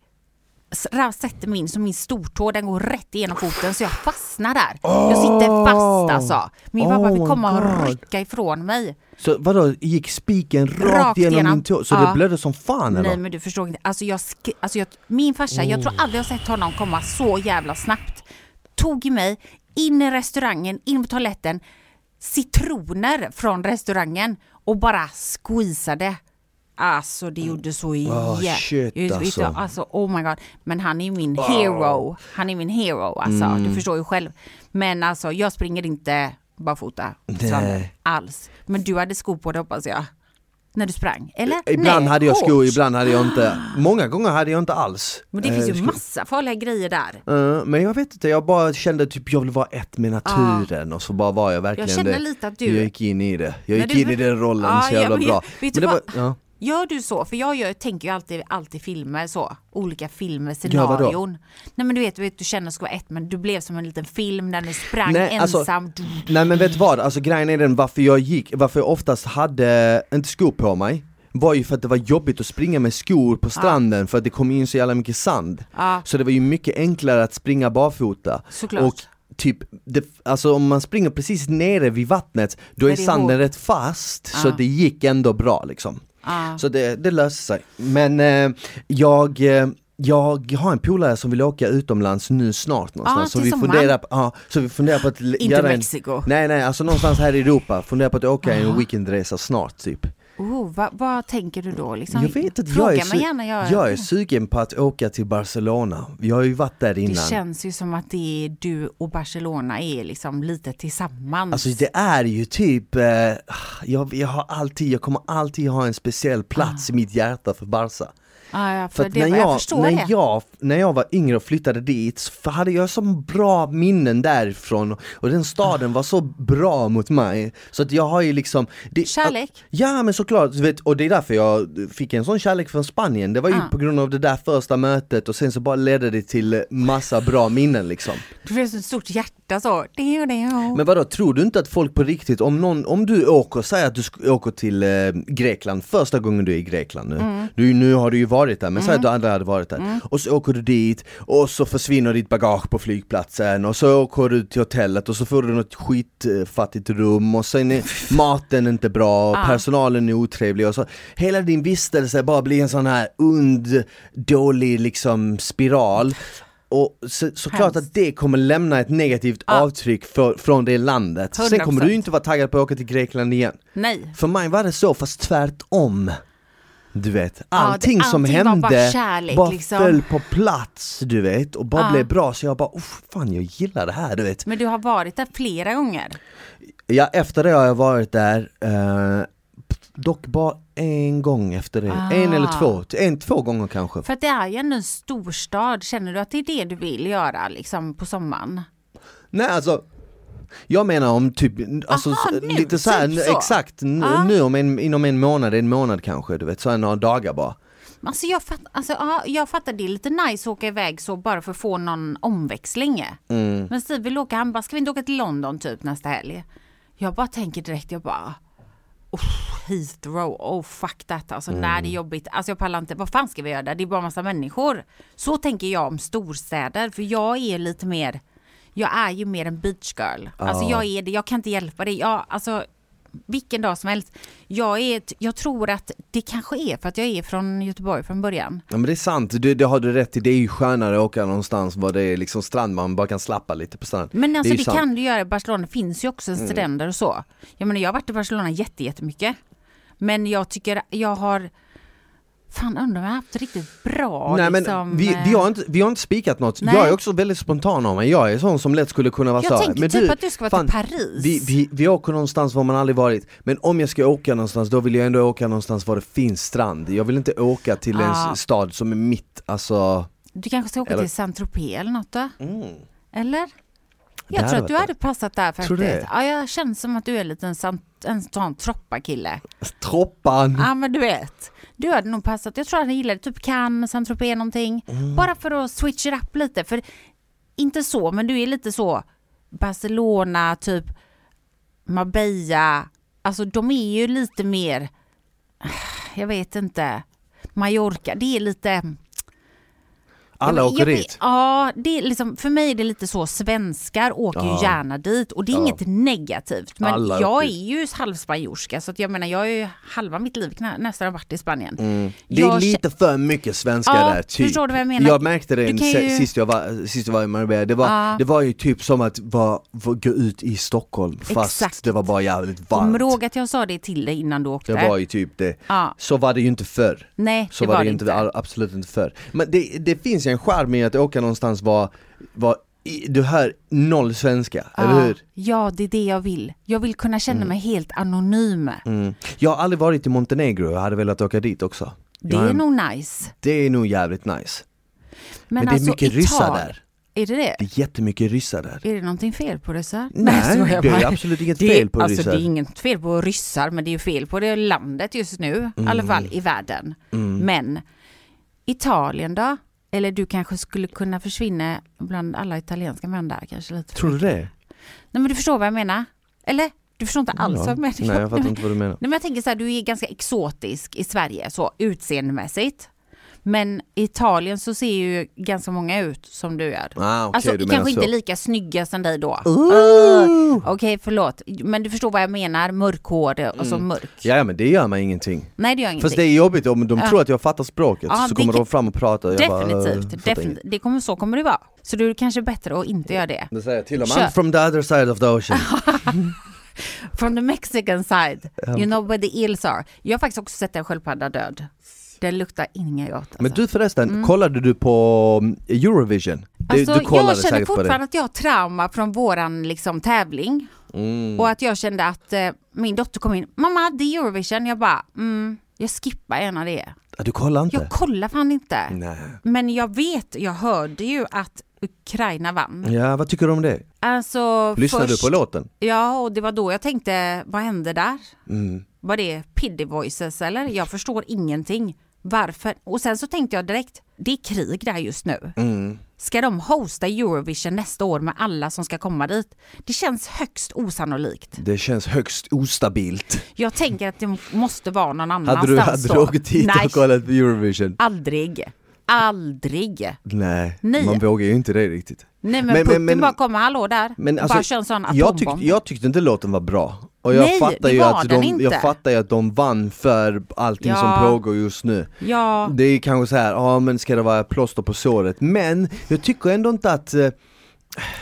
S2: s- ra- sätter min, så min stortå den går rätt igenom foten så jag fastnar där. Jag sitter fast alltså. Min pappa
S1: Oh
S2: fick
S1: my
S2: komma och
S1: God.
S2: rycka ifrån mig.
S1: Så vadå, gick spiken rakt,
S2: Rakt
S1: genom
S2: igenom.
S1: din tå? Så
S2: Ja.
S1: det blödde som fan eller?
S2: Nej men du förstår inte. Alltså jag, sk- alltså jag, min farsa, jag tror aldrig jag sett honom komma så jävla snabbt. Tog i mig, in i restaurangen, in på toaletten, citroner från restaurangen och bara squeezade. Alltså det gjorde så
S1: Ah,
S2: jä-
S1: shit,
S2: Just- vet du,
S1: alltså.
S2: alltså oh my god. Men han är ju min hero. Han är min hero alltså.
S1: Mm.
S2: Du förstår ju själv. Men alltså jag springer inte barfota. Så,
S1: Nej.
S2: alls. Men du hade skor på dig hoppas jag. När du sprang, eller?
S1: Ibland
S2: Nej,
S1: hade jag skor,
S2: shorts.
S1: ibland hade jag inte. Många gånger hade jag inte alls.
S2: Men det
S1: eh,
S2: finns ju
S1: skor.
S2: massa farliga grejer där.
S1: Eh, men jag vet inte, jag bara kände typ jag vill vara ett med naturen och så bara var jag verkligen
S2: känner
S1: det.
S2: lite att du-
S1: Jag gick in i det, jag
S2: När
S1: gick
S2: du-
S1: in i den rollen
S2: Ja,
S1: så
S2: ja,
S1: jävla
S2: men-
S1: bra.
S2: vet du
S1: det
S2: vad?
S1: ja.
S2: Gör du så? För jag gör, tänker ju alltid, alltid filmer så. Olika filmer,
S1: Ja, vadå?
S2: scenarion. Nej men du vet, du, vet, du känner ska vara ett men du blev som en liten film när du sprang
S1: Nej, alltså-
S2: ensam. Du-
S1: Nej men vet du vad, alltså grejen är den varför jag gick, varför jag oftast hade, inte skor på mig var ju för att det var jobbigt att springa med skor på stranden för att det kom in så jävla mycket sand
S2: Ja.
S1: Så det var ju mycket enklare att springa barfota
S2: Såklart.
S1: Och typ, det, alltså om man springer precis nere vid vattnet då
S2: Där
S1: är,
S2: det är
S1: sanden
S2: hårt.
S1: rätt fast så det gick ändå bra liksom
S2: Ja.
S1: Så det, det löser sig Men eh, jag eh, Jag har en polare som vill åka utomlands nu snart någonstans, så,
S2: till
S1: vi
S2: sommaren.
S1: funderar på, ja, så vi funderar på att l-
S2: Inte
S1: göra en,
S2: Mexiko.
S1: Nej nej, alltså någonstans här i Europa, funderar på att åka en weekendresa snart typ
S2: Oh, vad, vad tänker du då? Liksom?
S1: Jag vet att
S2: Fråga
S1: jag är,
S2: mig
S1: su-
S2: gärna. Jag,
S1: jag är sugen på att åka till Barcelona, jag har ju varit där
S2: det
S1: innan
S2: känns ju som att det är du och Barcelona är liksom lite tillsammans.
S1: Alltså det är ju typ, eh, jag, jag har alltid, jag kommer alltid ha en speciell plats i mitt hjärta för Barca
S2: ja, ja, Ah. för
S1: För att
S2: det,
S1: när,
S2: jag,
S1: jag,
S2: förstår det.
S1: när, jag, när jag var yngre och flyttade dit så hade jag så bra minnen därifrån och den staden var så bra mot mig så att jag har ju liksom det,
S2: Kärlek?
S1: Ja men såklart, du vet, och det är därför jag fick en sån kärlek från Spanien Det var ju
S2: Ah.
S1: på grund av det där första mötet och sen så bara ledde det till massa bra minnen liksom
S2: Du får ett stort hjärta så. Det och det och.
S1: Men vadå, tror du inte att folk på riktigt, om, någon, om du åker, säg att du sk- åker till eh, Grekland första gången du är i Grekland nu, du, nu har du ju varit där men säg att du aldrig hade varit där och så åker du dit och så försvinner ditt bagage på flygplatsen och så åker du till hotellet och så får du något skitfattigt rum och sen är maten inte bra och
S2: Ah.
S1: personalen är otrevlig och så hela din vistelse bara blir en sån här ond, dålig liksom spiral och så, såklart
S2: Hemskt.
S1: att det kommer lämna ett negativt
S2: Ja.
S1: avtryck för, från det landet. Sen
S2: 100%.
S1: kommer du ju inte vara taggad på att åka till Grekland igen.
S2: Nej.
S1: För mig var det så, fast tvärtom. Du vet,
S2: det-
S1: allting som
S2: allting var
S1: hände
S2: bara kärlek,
S1: bara
S2: liksom. Ah.
S1: föll på plats, du vet, och bara
S2: Ja.
S1: blev bra. Så jag bara, "Uff, fan jag gillar det här, du vet.
S2: Men du har varit där flera gånger.
S1: Ja, efter det har jag varit där, eh, dock bara en gång efter det.
S2: Ah.
S1: En eller två, en, två gånger kanske.
S2: För att det är ju ändå en storstad. Känner du att det är det du vill göra liksom på sommaren?
S1: Nej alltså jag menar om typ, alltså
S2: Aha,
S1: s-
S2: nu,
S1: lite så här,
S2: typ
S1: nu-
S2: så.
S1: exakt, nu,
S2: Ah.
S1: nu om en, inom en månad, en månad kanske, du vet, så här några dagar bara.
S2: Alltså jag, fatt, alltså ja, jag fattar, det är lite nice att åka iväg så bara för att få någon omväxling. Men Steve vill åka, han bara, ska vi inte åka till London typ nästa helg? Jag bara tänker direkt, jag bara, oh, Heathrow, oh fuck that alltså, nej det är jobbigt, alltså jag pallar inte, vad fan ska vi göra där, det är bara massa människor. Så tänker jag om storstäder, för jag är lite mer, jag är ju mer en beach girl. Alltså
S1: Ja.
S2: jag är det, jag kan inte hjälpa det, jag, alltså vilken dag som helst. Jag, är, ett- jag tror att det kanske är för att jag är från Göteborg från början.
S1: Ja men det är sant, det, det har du rätt i, det är ju skönare att åka någonstans var det är liksom strand, man bara kan slappa lite på stranden.
S2: Men alltså
S1: är
S2: det,
S1: ju sant. Mm.
S2: kan du göra, i Barcelona finns ju också stränder och så. Jag menar jag har varit i Barcelona jätte- jättemycket. Men jag tycker jag har, fan undrar om jag har haft riktigt bra
S1: Nej men
S2: liksom,
S1: vi, vi,
S2: eh,
S1: har inte, vi har inte spikat något,
S2: Nej.
S1: jag är också väldigt spontan av mig, jag är sån som lätt skulle kunna vara
S2: Jag
S1: så här,
S2: tänker
S1: men
S2: typ att du ska vara till Paris.
S1: Vi, vi, vi åker någonstans var man aldrig varit, men om jag ska åka någonstans då vill jag ändå åka någonstans var det finns strand. Jag vill inte åka till en
S2: Ah.
S1: s- stad som är mitt, alltså
S2: Du kanske ska åka
S1: Eller- Mm.
S2: till Saint-Tropez eller något då? Eller?
S1: Det
S2: Jag tror
S1: hade
S2: att du
S1: varit
S2: hade passat där faktiskt.
S1: Tror du det?
S2: Ja, jag känns som att du är lite en, sant, en sån troppakille.
S1: Troppan!
S2: Ah, Ja men du vet. Du hade nog passat. Jag tror att han gillade typ Cannes, Saint-Tropez någonting. Bara för att switcha it up lite. För inte så, men du är lite så Barcelona, typ Marbella. Alltså de är ju lite mer, jag vet inte, Mallorca. Det är lite...
S1: Alla
S2: jag,
S1: åker
S2: jag,
S1: dit.
S2: Ja, det är liksom, för mig är det lite så, svenskar åker
S1: Ja.
S2: ju gärna dit och det är
S1: Ja.
S2: inget negativt. Men
S1: Alla
S2: jag
S1: åker
S2: är ju halvspanjorska så att jag menar jag har ju halva mitt liv knä, nästan varit i Spanien.
S1: Mm. Det är
S2: Jag kä-
S1: lite för mycket svenska
S2: Ja,
S1: där typ.
S2: förstår du vad jag menar?
S1: Jag märkte det
S2: Du kan
S1: se-
S2: ju- Ah.
S1: sist, jag var, sist jag var i Marbella, det var,
S2: Ja.
S1: det var ju typ som att va, va, gå ut i Stockholm fast
S2: Exakt.
S1: det var bara jävligt
S2: Kommer
S1: varmt.
S2: du ihåg att jag sa det till dig innan du åkte?
S1: Det var ju typ det.
S2: Ja.
S1: Så var det ju inte förr.
S2: Nej,
S1: Så
S2: det
S1: var det ju
S2: inte.
S1: inte, all- absolut inte förr. Men det, det finns ju en charm i att åka någonstans var, var i, du hör noll svenska, eller
S2: Ja,
S1: hur?
S2: Ja, det är det jag vill. Jag vill kunna känna mig helt anonym.
S1: Mm. Jag har aldrig varit i Montenegro, jag hade velat åka dit också.
S2: Det
S1: Jag har
S2: är
S1: en-
S2: nog nice.
S1: det är nog jävligt nice.
S2: Men,
S1: Men, det
S2: alltså,
S1: är mycket
S2: Ital-
S1: ryssar där.
S2: Är det det?
S1: Det är jättemycket ryssar där.
S2: Är det någonting fel på ryssar?
S1: Nej,
S2: jag skojar
S1: det är
S2: bara.
S1: absolut inget
S2: Det är-
S1: fel på
S2: alltså,
S1: ryssar.
S2: Det är inget fel på ryssar, men det är ju fel på det landet just nu. I
S1: Mm.
S2: alla fall i världen. Men Italien då? Eller du kanske skulle kunna försvinna bland alla italienska män där kanske lite.
S1: Tror du det?
S2: Nej men du förstår vad jag menar? Eller? Du förstår inte alls vad jag menar?
S1: Nej jag fattar inte vad du menar.
S2: Nej men jag tänker så här, du är ganska exotisk i Sverige så utseendemässigt. Men i Italien så ser ju ganska många ut som du gör.
S1: Ah, okej,
S2: alltså
S1: du menar
S2: kanske
S1: så. Ah!
S2: inte lika snygga som dig då.
S1: Ooh.
S2: Okej, förlåt. Men du förstår vad jag menar, mörkhårig och så mörk.
S1: Mm. Ja, ja men det gör mig ingenting.
S2: Nej det gör
S1: Fast
S2: ingenting.
S1: det är jobbigt om de
S2: Ja.
S1: tror att jag fattar språket,
S2: Ja,
S1: så
S2: det
S1: kommer
S2: kan-
S1: de fram och pratar jag bara, eh,
S2: definitivt,
S1: fattar
S2: definitivt.
S1: inget.
S2: Det kommer, så kommer det vara. Så det är kanske bättre att inte göra det.
S1: Då säger jag till dem,
S2: Kör.
S1: I'm from the other side of the ocean.
S2: From the Mexican side, you know where the eels are. Jag har faktiskt också sett en sköldpadda död. Det luktar inget gott alltså.
S1: Men du förresten, kollade du på mm, Eurovision? Det-
S2: Alltså,
S1: du kollade
S2: jag känner
S1: säkert på
S2: fortfarande
S1: det.
S2: att jag har trauma från våran liksom, tävling.
S1: Mm.
S2: Och att jag kände att eh, min dotter kom in, mamma det är Eurovision. Jag bara, mm, jag skippar gärna det.
S1: Ja, du kollade inte?
S2: Jag kollar fan inte.
S1: Nej.
S2: Men jag vet, jag hörde ju att Ukraina vann.
S1: Ja, vad tycker du om det?
S2: Alltså,
S1: Lyssnade
S2: först,
S1: du på låten?
S2: Ja, och det var då jag tänkte, vad hände där?
S1: Mm.
S2: Var det piddy voices eller? Jag förstår ingenting. Varför? Och sen så tänkte jag direkt, det är krig där just nu.
S1: Mm.
S2: Ska de hosta Eurovision nästa år med alla som ska komma dit? Det känns högst osannolikt.
S1: Det känns högst ostabilt.
S2: Jag tänker att det måste vara någon
S1: Hade
S2: annanstans
S1: du, hade du
S2: då.
S1: åkt hit
S2: Mm, Nej,
S1: och kollat på Eurovision?
S2: aldrig. Aldrig.
S1: Nej,
S2: Nej.
S1: man vågar ju inte det riktigt.
S2: Nej men,
S1: Men- men-
S2: Putin
S1: men-
S2: bara kommer, hallå där.
S1: Men
S2: bara
S1: alltså,
S2: kör en sån
S1: jag, tyckte,
S2: atombomb.
S1: jag tyckte inte låten var bra. Och jag
S2: Nej,
S1: fattar
S2: det
S1: ju
S2: var
S1: att
S2: den
S1: de,
S2: inte.
S1: jag fattar ju att de vann för allting
S2: Ja.
S1: som pågår just nu.
S2: Ja.
S1: Det är kanske så här, ja men ska det vara plåster på såret? Men jag tycker ändå inte att, eh,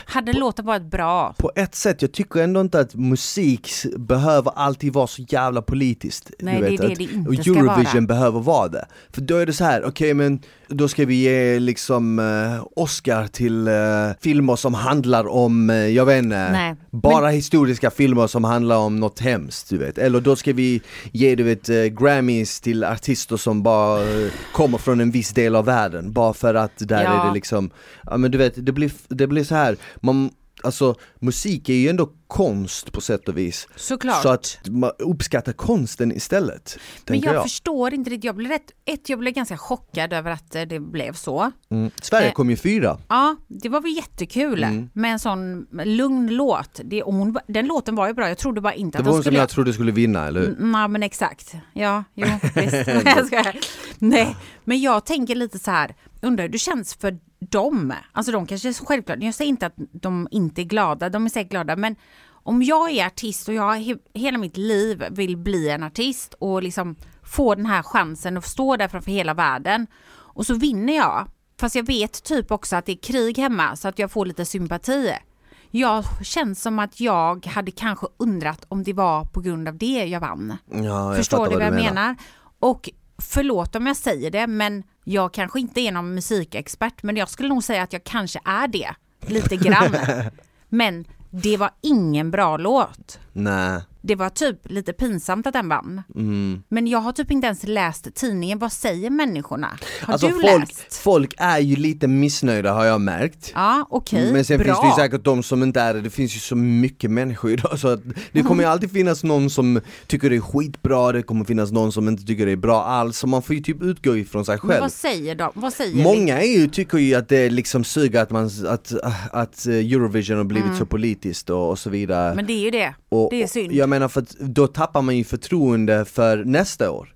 S2: Hade låten varit bra?
S1: på ett sätt, jag tycker ändå inte att musik s- behöver alltid vara så jävla politiskt.
S2: Nej, det är det
S1: att-
S2: det inte
S1: Och
S2: ska
S1: Eurovision
S2: vara.
S1: behöver vara det. För då är det så här, okej men då ska vi ge liksom eh, Oscar till eh, filmer som handlar om, eh, jag vet inte,
S2: Nej,
S1: bara historiska filmer som handlar om något hemskt du vet. Eller då ska vi ge du vet eh, Grammys till artister som bara eh, kommer från en viss del av världen. Bara för att där
S2: Ja.
S1: är det liksom, ja men du vet det blir, det blir så här, man Alltså musik är ju ändå konst på sätt och vis.
S2: Såklart.
S1: Så att man uppskattar konsten istället.
S2: Men
S1: tänker
S2: jag, förstår inte riktigt, jag blev rätt, ett jag blev ganska chockad över att eh, det blev så.
S1: Mm. Sverige
S2: Eh,
S1: kom ju fyra.
S2: Ja, det var väl jättekul
S1: Mm.
S2: med en sån lugn låt. Det, och hon, den låten var ju bra, jag trodde bara inte
S1: Det
S2: att
S1: var
S2: de
S1: hon som
S2: skulle...
S1: jag trodde skulle vinna, eller hur?
S2: Nej Mm, men exakt, ja, jo, visst. Nej, jag skojar. Nej, men jag tänker lite så här, undrar hur det känns för dem? Alltså de kanske är så självklart, jag säger inte att de inte är glada, de är säkert glada, men om jag är artist och jag he- hela mitt liv vill bli en artist och liksom få den här chansen och stå där framför hela världen och så vinner jag, fast jag vet typ också att det är krig hemma så att jag får lite sympati. Jag känns som att jag hade kanske undrat om det var på grund av det jag vann.
S1: Ja, jag
S2: Mm. Förstår
S1: fattar
S2: du vad jag menar? Och förlåt om jag säger det, men jag kanske inte är någon musikexpert, men jag skulle nog säga att jag kanske är det. Lite grann. men det var ingen bra låt.
S1: Nej.
S2: Det var typ lite pinsamt att den vann.
S1: Mm.
S2: Men jag har typ inte ens läst tidningen. Vad säger människorna? Har
S1: Alltså
S2: du
S1: folk,
S2: läst?
S1: folk är ju lite missnöjda har jag märkt.
S2: Ja, okej.
S1: Men sen
S2: bra.
S1: finns det ju säkert de som inte är det, det finns ju så mycket människor idag så att det kommer ju alltid finnas någon som tycker det är skitbra, det kommer finnas någon som inte tycker det är bra alls, så man får ju typ utgå ifrån sig
S2: Men
S1: själv.
S2: vad säger de? Vad säger
S1: Många är ju, tycker ju att det liksom suger att, man, att, att eh, Eurovision har blivit så politiskt och, och så vidare.
S2: Men det är ju det.
S1: Och,
S2: det är synd.
S1: Jag menar för att då tappar man ju förtroende för nästa år.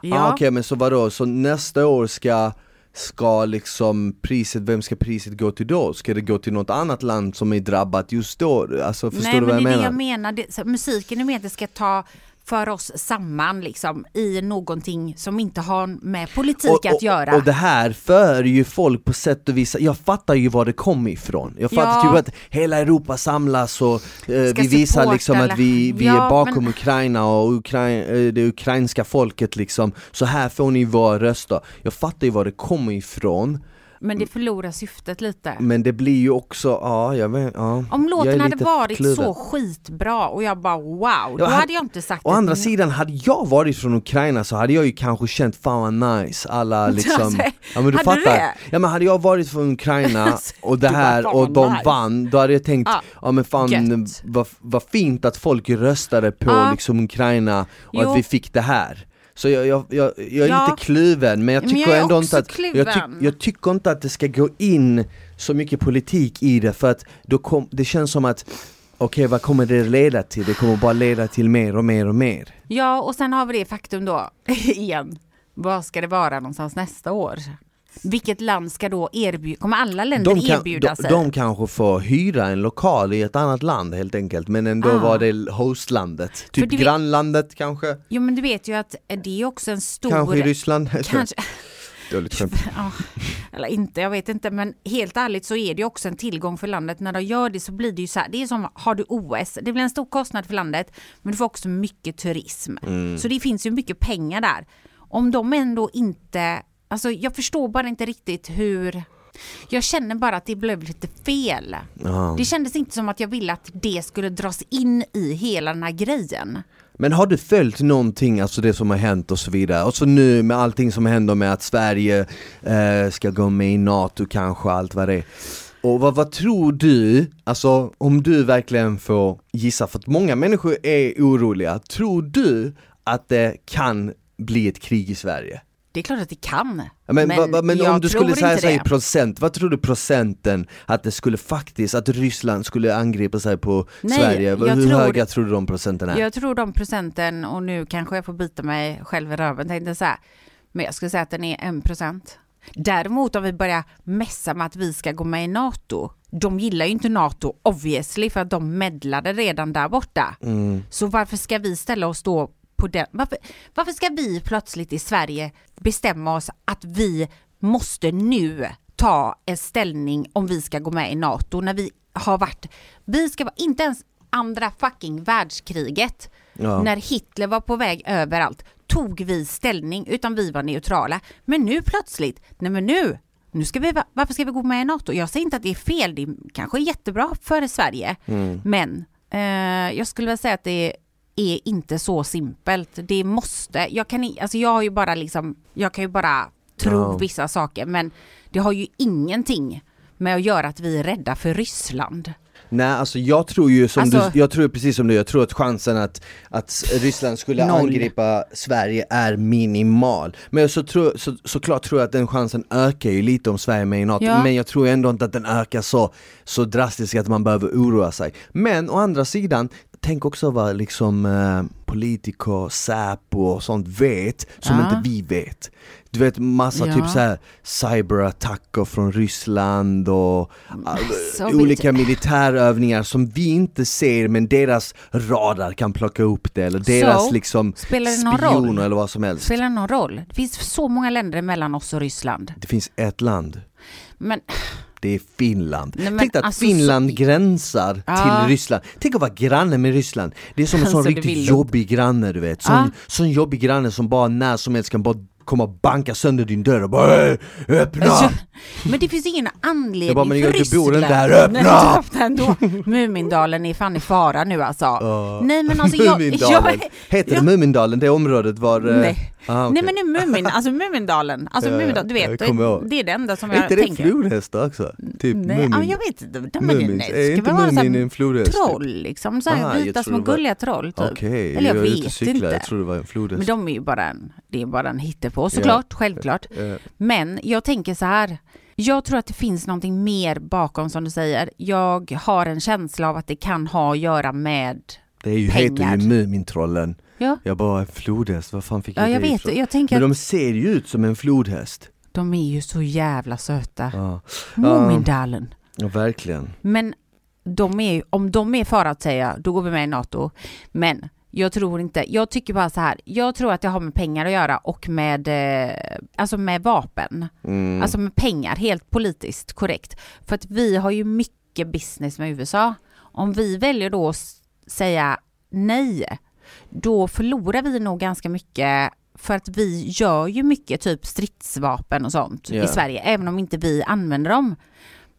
S1: Ja. Ah, Okej men så vadå, så nästa år ska, ska liksom priset, vem ska priset gå till då? Ska det gå till något annat land som är drabbat just då? Alltså förstår
S2: Nej,
S1: du vad jag
S2: men det är
S1: menar?
S2: det jag menar. Det, så, musiken är med att det ska ta för oss samman liksom, i någonting som inte har med politik
S1: och,
S2: att göra.
S1: Och, och det här för ju folk på sätt och vis, jag fattar ju var det kom ifrån. Jag fattar
S2: Ja.
S1: typ att hela Europa samlas och eh, vi
S2: supporta
S1: visar liksom
S2: alla-
S1: att vi, vi
S2: Ja,
S1: är bakom
S2: men-
S1: Ukraina och Ukrai eh, det ukrainska folket liksom. Så här får ni våra röster. Jag fattar ju var det kommer ifrån,
S2: men det förlorar syftet lite.
S1: men det blir ju också, ja jag vet, ja.
S2: Om
S1: Mm. jag
S2: låten
S1: är
S2: hade
S1: lite
S2: varit
S1: kluven.
S2: så skitbra och jag bara wow,
S1: Ja,
S2: då
S1: han-
S2: hade jag inte sagt
S1: Å
S2: ett
S1: andra
S2: nej.
S1: sidan, hade jag varit från Ukraina så hade jag ju kanske känt fan vad nice, alla liksom
S2: Alltså,
S1: Ja men du
S2: hade
S1: fattar,
S2: du det?
S1: ja men hade jag varit från Ukraina
S2: Alltså,
S1: och det
S2: du bara,
S1: här
S2: "Fan
S1: och
S2: vad
S1: de
S2: nice."
S1: vann, då hade jag tänkt
S2: Ja,
S1: ja, men fan
S2: gött.
S1: vad, vad fint att folk röstade på
S2: Ja.
S1: liksom Ukraina och
S2: Jo.
S1: att vi fick det här så jag, jag, jag, jag är
S2: Ja.
S1: lite kluven men jag
S2: Men jag
S1: tycker
S2: är
S1: ändå
S2: också
S1: inte att jag, tyck,
S2: kluven.
S1: jag tycker inte att det ska gå in så mycket politik i det för att då kom, det känns som att Okej vad kommer det leda till? Det kommer bara leda till mer och mer och mer
S2: Ja, och sen har vi det faktum då, igen, Vad ska det vara någonstans nästa år? Vilket land ska då erbjuda, kommer alla länder
S1: De, kan,
S2: erbjuda
S1: de,
S2: sig?
S1: de kanske får hyra en lokal i ett annat land helt enkelt men ändå
S2: Ah.
S1: var det hostlandet.
S2: För
S1: Typ
S2: du vet-
S1: grannlandet kanske,
S2: Jo men du vet ju att det är också en stor...
S1: kanske i Ryssland.
S2: Kanske,
S1: Dåligt skämt.
S2: ja, eller inte, jag vet inte. Men helt ärligt så är det ju också en tillgång för landet. När de gör det så blir det ju så här, det är som, har du OS, det blir en stor kostnad för landet, men du får också mycket turism.
S1: Mm.
S2: Så det finns ju mycket pengar där. Om de ändå inte, alltså jag förstår bara inte riktigt hur, jag känner bara att det blev lite fel.
S1: Ja.
S2: Det kändes inte som att jag ville att det skulle dras in i hela den här grejen.
S1: Men har du följt någonting, alltså det som har hänt och så vidare? Och så nu med allting som händer med att Sverige eh, ska gå med i NATO kanske, allt vad det är. Och vad, vad tror du, alltså om du verkligen får gissa, för att många människor är oroliga, tror du att det kan bli ett krig i Sverige?
S2: Det är klart att det kan.
S1: Ja, Men, va, va, men
S2: jag
S1: om du
S2: tror
S1: skulle säga
S2: inte
S1: så här i
S2: det.
S1: procent, vad tror du procenten att det skulle faktiskt, att Ryssland skulle angripa sig på
S2: Nej,
S1: Sverige?
S2: jag
S1: Hur
S2: tror-
S1: höga tror du de procenten är?
S2: Jag tror de procenten, och nu kanske jag får bita mig själv i röven, tänkte så här, men jag skulle säga att den är en procent. Däremot om vi börjar messa med att vi ska gå med i NATO, de gillar ju inte NATO obviously för att de medlade redan där borta. Så varför ska vi ställa oss då på den, varför, varför ska vi plötsligt i Sverige bestämma oss att vi måste nu ta en ställning om vi ska gå med i NATO när vi har varit, vi ska vara, inte ens andra fucking världskriget
S1: Ja.
S2: när Hitler var på väg överallt tog vi ställning utan vi var neutrala. Men nu plötsligt, nej men nu, nu ska vi, va- varför ska vi gå med i NATO? Jag säger inte att det är fel, det är kanske är jättebra för Sverige,
S1: Mm.
S2: men eh, jag skulle väl säga att det är inte så simpelt. Det måste, jag kan, i- alltså jag har ju bara liksom, jag kan ju bara tro
S1: Ja.
S2: vissa saker, men det har ju ingenting med att göra att vi är rädda för Ryssland.
S1: Nej alltså jag tror ju som
S2: Alltså-
S1: du, jag tror precis som du, jag tror att chansen att, att Ryssland skulle
S2: Noll.
S1: angripa Sverige är minimal. Men så tror, så, såklart tror jag att den chansen ökar ju lite om Sverige är med i NATO,
S2: Ja.
S1: men jag tror ändå inte att den ökar så, så drastiskt att man behöver oroa sig. Men å andra sidan, tänk också vad liksom eh, politiker, Säpo och sånt vet, som
S2: Ja.
S1: inte vi vet. Du vet massa
S2: Ja.
S1: typ såhär cyberattacker från Ryssland och ah,
S2: Så vet
S1: olika militärövningar som vi inte ser men deras radar kan plocka upp det eller deras
S2: Så,
S1: liksom
S2: spelar det någon roll?
S1: spioner eller vad som helst.
S2: Spelar det någon roll? Det finns så många länder mellan oss och Ryssland.
S1: Det finns ett land,
S2: Men
S1: det är Finland.
S2: Nej, men
S1: Tänk dig att
S2: alltså,
S1: Finland gränsar
S2: Ja.
S1: till Ryssland. Tänk att vara granne med Ryssland. Det är som en
S2: Alltså,
S1: sån
S2: det
S1: riktigt
S2: vill Ah.
S1: jobbig granne du vet. Sån,
S2: Ja.
S1: sån jobbig granne som bara när som helst kan bara komma och banka sönder din dörr och bara "Hej, öppna!
S2: Alltså, men det finns ingen anledning
S1: Jag bara, men
S2: för
S1: jag- du bor
S2: Ryssland.
S1: inte här, öppna!
S2: Nej, öppna ändå. Mumindalen är fan i fara nu alltså. Nej men alltså jag...
S1: Mumindalen.
S2: jag
S1: Heter
S2: jag-
S1: det Mumindalen, det området var... eh,
S2: Nej.
S1: ah, okej.
S2: Nej men nu Mumin, alltså Mumindalen, alltså
S1: Ja, ja,
S2: Mumindalen, du
S1: jag
S2: vet,
S1: kommer ihåg.
S2: det är det enda som
S1: Är
S2: jag
S1: inte det
S2: tänker.
S1: flodhästar också? Typ
S2: Nej,
S1: Mumin?
S2: ja, jag vet inte, de är,
S1: Mumins.
S2: nej,
S1: Är
S2: det ska
S1: inte
S2: väl vara så här
S1: Mumin en flodhäst, typ?
S2: Troll liksom, så här
S1: Aha, jag
S2: vita
S1: tror
S2: små
S1: det var-
S2: gulliga troll typ.
S1: Okej,
S2: Eller jag,
S1: är ute och
S2: vet
S1: cyklar,
S2: inte.
S1: jag trodde det var en
S2: Men
S1: flodhäst.
S2: de är ju bara en, det är bara en hittepå såklart, självklart.
S1: Eh,
S2: Men jag tänker så här. Jag tror att det finns någonting mer bakom som du säger. Jag har en känsla av att det kan ha att göra med...
S1: Det är ju,
S2: pengar.
S1: heter ju Mumintrollen.
S2: Ja,
S1: Jag bara, en flodhäst, var fan fick
S2: ja
S1: jag
S2: jag
S1: det
S2: vet.
S1: ifrån?
S2: Jag tänker
S1: Men
S2: att
S1: de ser ju ut som en flodhäst.
S2: de är ju så jävla söta.
S1: Ja,
S2: Mumindalen.
S1: ja verkligen.
S2: Men de är ju, om de är fara att säga, då går vi med i NATO. Men jag tror inte, jag tycker bara så här. Jag tror att det har med pengar att göra och med, eh, alltså med vapen.
S1: Mm.
S2: Alltså med pengar, helt politiskt korrekt. För att vi har ju mycket business med USA. Om vi väljer då att s- säga nej, då förlorar vi nog ganska mycket för att vi gör ju mycket typ stridsvapen och sånt
S1: Ja.
S2: i Sverige, även om inte vi använder dem.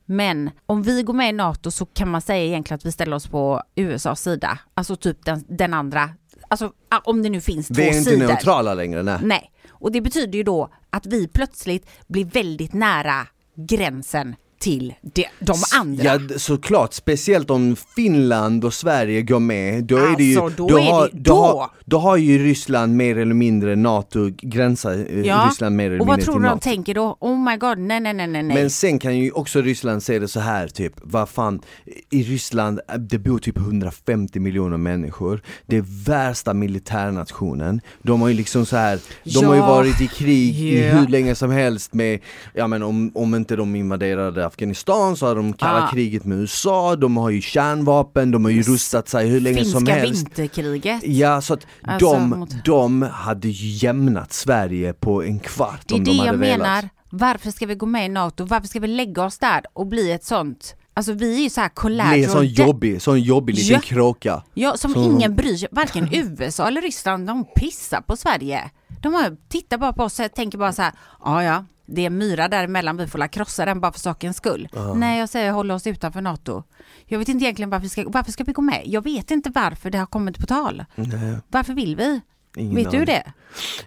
S2: Men om vi går med i NATO så kan man säga egentligen att vi ställer oss på USAs sida, alltså typ den, den andra, alltså ah, om det nu finns två
S1: vi är inte
S2: sidor. Mm,
S1: neutrala längre, nej.
S2: Nej, och det betyder ju då att vi plötsligt blir väldigt nära gränsen till de, de andra.
S1: Ja, d- såklart. Speciellt om Finland och Sverige går med. Då är det ju,
S2: Alltså, då är det-
S1: då, har,
S2: då!
S1: då har ju Ryssland mer eller mindre NATO, gränsar eh,
S2: Ja.
S1: Ryssland mer eller
S2: och
S1: mindre
S2: vad tror
S1: till
S2: du de
S1: NATO.
S2: tänker då? Oh my god, nej nej nej nej nej.
S1: Men sen kan ju också Ryssland säga det så här typ, vad fan, i Ryssland, eh, det bor typ 150 miljoner människor, det är värsta militärnationen, de har ju liksom så här, de har ju
S2: Ja.
S1: varit i krig i
S2: Ja.
S1: hur länge som helst med, ja men om, om inte de invaderade Afghanistan så har de kalla
S2: Ah.
S1: kriget med USA, de har ju kärnvapen, de har ju rustat sig hur länge som
S2: Finska
S1: helst.
S2: vinterkriget.
S1: Ja, så att
S2: Alltså,
S1: de,
S2: mot-
S1: de hade ju jämnat Sverige på en kvart
S2: Det är
S1: om
S2: det
S1: de hade
S2: jag
S1: velat.
S2: menar. Varför ska vi gå med i NATO? Varför ska vi lägga oss där och bli ett sånt? Alltså vi är ju så här collateral
S1: blir en sån
S2: de-
S1: jobbig, sån jobbig liten
S2: Ja.
S1: kråka.
S2: Ja, som
S1: Så-
S2: ingen bryr sig. Varken USA eller Ryssland, de pissar på Sverige. De har, tittar bara på oss och tänker bara så här, ja ja, det är en myra däremellan, vi får la krossa den bara för sakens skull. Nej, jag säger hålla oss utanför NATO. Jag vet inte egentligen varför vi ska, varför ska vi gå med? Jag vet inte varför det har kommit på tal.
S1: Nej,
S2: Varför vill vi?
S1: ingen
S2: vet du
S1: aning.
S2: det?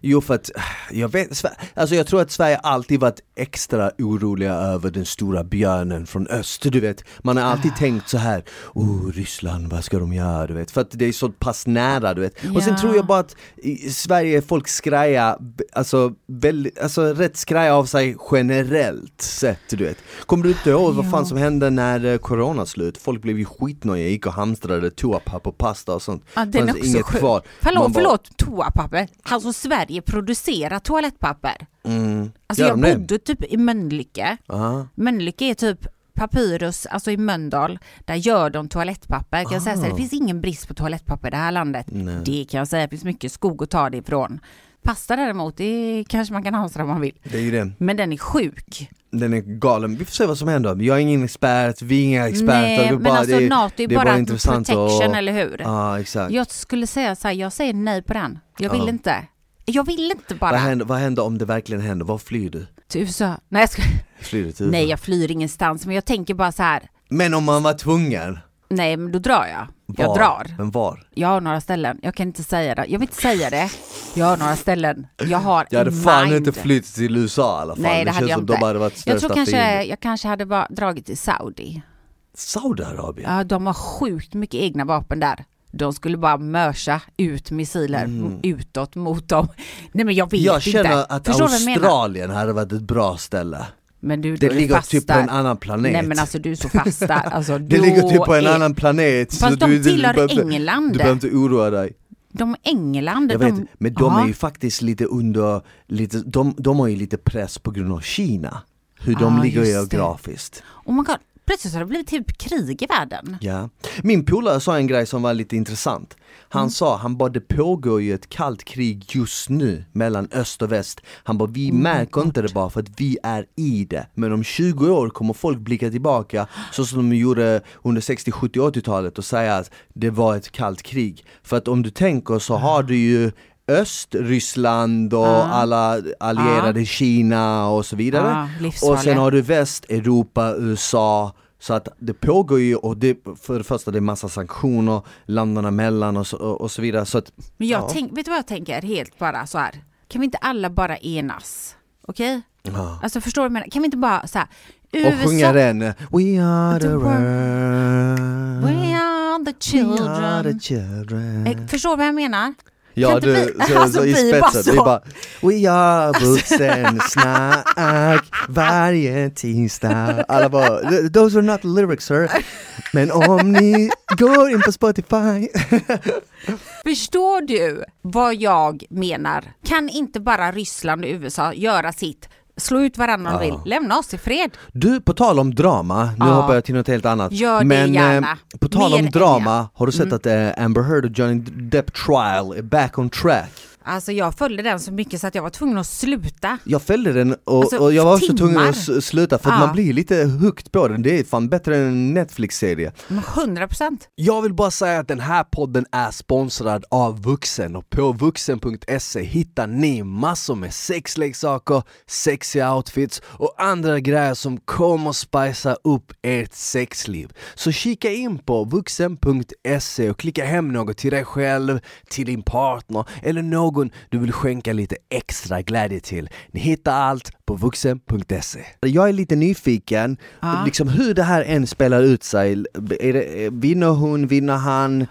S1: Jo för att, jag vet, Sve- alltså jag tror att Sverige alltid varit extra oroliga över den stora björnen från öst, du vet. Man har
S2: Ah.
S1: alltid tänkt så här, oh Ryssland, vad ska de göra, du vet. För att det är så pass nära, du vet. Och sen
S2: Ja.
S1: tror jag bara att i Sverige är folk skraja, b- alltså, väldigt, alltså rätt skraja av sig generellt sett, du vet. Kommer du inte ihåg vad fan som hände när eh, corona slut? Folk blev ju skitnöjiga, gick och hamstrade toapapper, pasta och sånt.
S2: Ja, den är
S1: Fanns
S2: också
S1: inget
S2: sjuk.
S1: kvar. Man
S2: Förlåt,
S1: bara-
S2: förlåt, toapapper. Alltså Sverige producerar toalettpapper.
S1: Mm.
S2: Alltså
S1: Gör
S2: jag
S1: de det?
S2: bodde typ i Mölnlycke.
S1: Aha.
S2: Mölnlycke är typ Papyrus, alltså i Mölndal, där gör de toalettpapper. Kan jag säga så här, det finns ingen brist på toalettpapper i det här landet.
S1: Ah. Nej.
S2: Det kan jag säga, det finns mycket skog att ta det ifrån. Pasta däremot, det kanske man kan hamstra om man vill.
S1: Det är ju det,
S2: Men den är sjuk.
S1: den är galen. Vi får se vad som händer. Jag är ingen expert, vi är inga experter. det
S2: Nej,
S1: är
S2: men
S1: bara,
S2: alltså
S1: det,
S2: NATO är
S1: det
S2: bara,
S1: intressant Ah.
S2: protection,
S1: och,
S2: eller hur?
S1: Ja, exakt.
S2: Jag skulle säga så här, jag säger nej på den. Jag vill
S1: Ja.
S2: inte. Jag vill inte
S1: Vad,
S2: bara.
S1: händer, vad händer om det verkligen händer? Var flyr du?
S2: Till USA. Nej, jag ska...
S1: Flyr du till
S2: nej,
S1: USA?
S2: jag flyr ingenstans, men jag tänker bara så här.
S1: Men om man var tvungen?
S2: Nej, men då drar jag.
S1: Var?
S2: Jag drar.
S1: Men var?
S2: Jag har några ställen, jag kan inte säga det. Jag vill inte säga det. Jag har några ställen. Jag har
S1: Jag hade
S2: in
S1: fan
S2: mind.
S1: inte flytt till USA i alla fall.
S2: Nej, det, hade
S1: känns
S2: jag
S1: som
S2: inte.
S1: de hade varit
S2: jag
S1: största
S2: tror kanske,
S1: fienden.
S2: jag kanske hade bara dragit till Saudi.
S1: Saudiarabien?
S2: Ja, de har sjukt mycket egna vapen där. De skulle bara mörsa ut missiler utåt mot dem. Nej men jag vet
S1: Mm. jag känner
S2: inte.
S1: att
S2: Förstår du vad jag menar?
S1: Australien hade varit ett bra ställe.
S2: Men du,
S1: Det
S2: du är
S1: ligger
S2: fast
S1: typ på
S2: där.
S1: en annan planet.
S2: Nej men alltså du är så fast där. Alltså,
S1: det
S2: då
S1: ligger typ på en
S2: är...
S1: annan planet. så
S2: Fast de
S1: du- du
S2: tillhör
S1: behöver-
S2: England.
S1: Du behöver inte oroa dig.
S2: De England,
S1: Jag
S2: de...
S1: vet, men de
S2: Ja.
S1: är ju faktiskt lite under, lite, de, de har ju lite press på grund av Kina. Hur de
S2: Ah,
S1: ligger
S2: just det.
S1: geografiskt.
S2: Oh my god, plötsligt har det blivit typ krig i världen.
S1: Ja. Min polare sa en grej som var lite intressant. Han sa, han bara det pågår ju ett kallt krig just nu mellan öst och väst. Han bara vi märker inte det bara för att vi är i det. Men om 20 år kommer folk blicka tillbaka så som de gjorde under 60, 70, 80-talet och säga att det var ett kallt krig. För att om du tänker så har du ju Öst, Ryssland och alla allierade Kina och så vidare.
S2: Ja,
S1: och sen
S2: livsfarliga.
S1: har du väst, Europa, USA så att det pågår ju och det, för det första det är massa sanktioner länderna mellan och så, och så vidare så att
S2: Men jag
S1: Ja.
S2: tänk, vet du vad jag tänker helt bara så här. Kan vi inte alla bara enas? Okej?
S1: ja.
S2: Alltså förstår du vad jag menar? Kan vi inte bara så här.
S1: Och sjunga
S2: det.
S1: den We are the
S2: The world.
S1: world
S2: We are
S1: We
S2: the
S1: are
S2: children.
S1: the children
S2: Eh, Förstår du vad jag menar?
S1: Ja
S2: Kan inte
S1: du,
S2: vi-
S1: så,
S2: alltså,
S1: så i
S2: vi är bara
S1: spetsen, vi
S2: så. Alltså.
S1: bara We are vuxensnack varje tisdag Alla bara, "Th- those are not the lyrics sir Men om ni går in på Spotify
S2: Förstår du vad jag menar? Kan inte bara Ryssland och USA göra sitt? Slå ut varandra om de
S1: Ja.
S2: vill. Lämna oss i fred.
S1: Du, på tal om drama, nu
S2: Ja.
S1: hoppar jag till något helt annat.
S2: Gör det
S1: Men
S2: gärna.
S1: Eh, på tal
S2: Mer
S1: om
S2: än Mm.
S1: drama, har du sett att eh, Amber Heard och Johnny Depp trial är back on track?
S2: Alltså jag följde den så mycket så att jag var tvungen att sluta.
S1: Jag följde den och,
S2: Alltså,
S1: och jag var också tvungen
S2: timmar.
S1: att s- sluta för att
S2: Ja.
S1: man blir lite hooked på den, det är fan bättre än en Netflix-serie.
S2: Men 100 procent.
S1: Jag vill bara säga att den här podden är sponsrad av Vuxen och på vuxen.se hittar ni massor med sexleksaker, sexiga outfits och andra grejer som kommer spicea upp ert sexliv. Så kika in E på vuxen.se och klicka hem något till dig själv, till din partner eller någon någon du vill skänka lite extra glädje till. Ni hittar allt på vuxen.se. Jag är lite nyfiken,
S2: Ja.
S1: liksom hur det här än spelar ut sig. Är det, vinner hon, vinner han?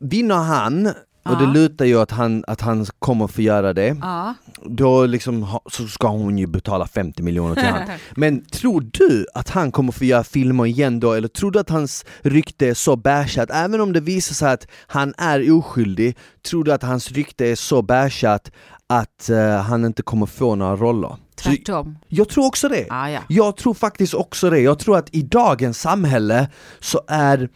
S1: Vinner han, och det
S2: Ja.
S1: lutar ju att han, att han kommer få göra det,
S2: Ja.
S1: då liksom, ha- så ska hon ju betala 50 miljoner till han. Men tror du att han kommer få göra filmer igen då? Eller tror du att hans rykte är så bashat, även om det visar sig att han är oskyldig, tror du att hans rykte är så bashat att eh, han inte kommer få några roller? Så,
S2: Tvärtom.
S1: jag tror också det.
S2: Ja, ja.
S1: Jag tror faktiskt också det, jag tror att i dagens samhälle så är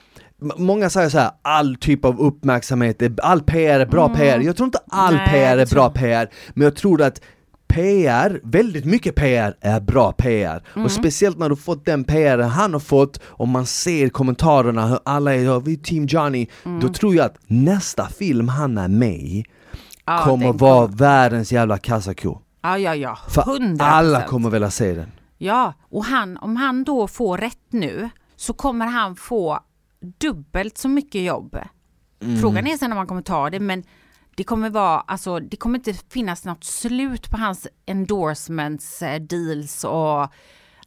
S1: m- Många säger så här, all typ av uppmärksamhet, är- all PR är bra PR. Jag tror inte all
S2: Mm. Nej,
S1: PR är
S2: jag
S1: bra PR, men jag tror att PR, väldigt mycket PR är bra PR.
S2: Mm.
S1: Och speciellt när du fått den PR han har fått och man ser kommentarerna hur alla är, "Ja, vi är team Johnny.
S2: Mm.
S1: Då tror jag att nästa film han är med i
S2: Ja,
S1: kommer
S2: den
S1: vara världens jävla kassako.
S2: Ja, ja, ja.
S1: För
S2: 100%.
S1: alla kommer vilja se den.
S2: Ja, och han, om han då får rätt nu så kommer han få dubbelt så mycket jobb.
S1: Mm.
S2: Frågan är sen om han kommer ta det, men det kommer vara, alltså det kommer inte finnas något slut på hans endorsements, eh, deals och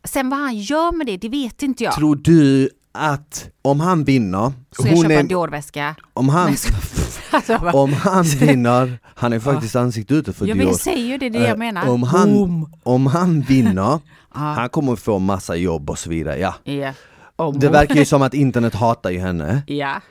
S2: sen vad han gör med det, det vet inte jag.
S1: Tror du att om han vinner,
S2: så jag
S1: hon
S2: köper en
S1: är,
S2: Dior-väska.
S1: om, han,
S2: Nej, jag skojar. Alltså, jag bara-
S1: om han vinner, han är faktiskt ansiktet ute för
S2: Ja, men
S1: Dior.
S2: jag säger ju det, det är det jag
S1: Eh,
S2: menar.
S1: Om han,
S2: Boom.
S1: om han vinner, han kommer få massa jobb och så vidare. Ja.
S2: Ja. Om
S1: Det
S2: hon-
S1: verkar ju som att internet hatar ju henne.
S2: Ja.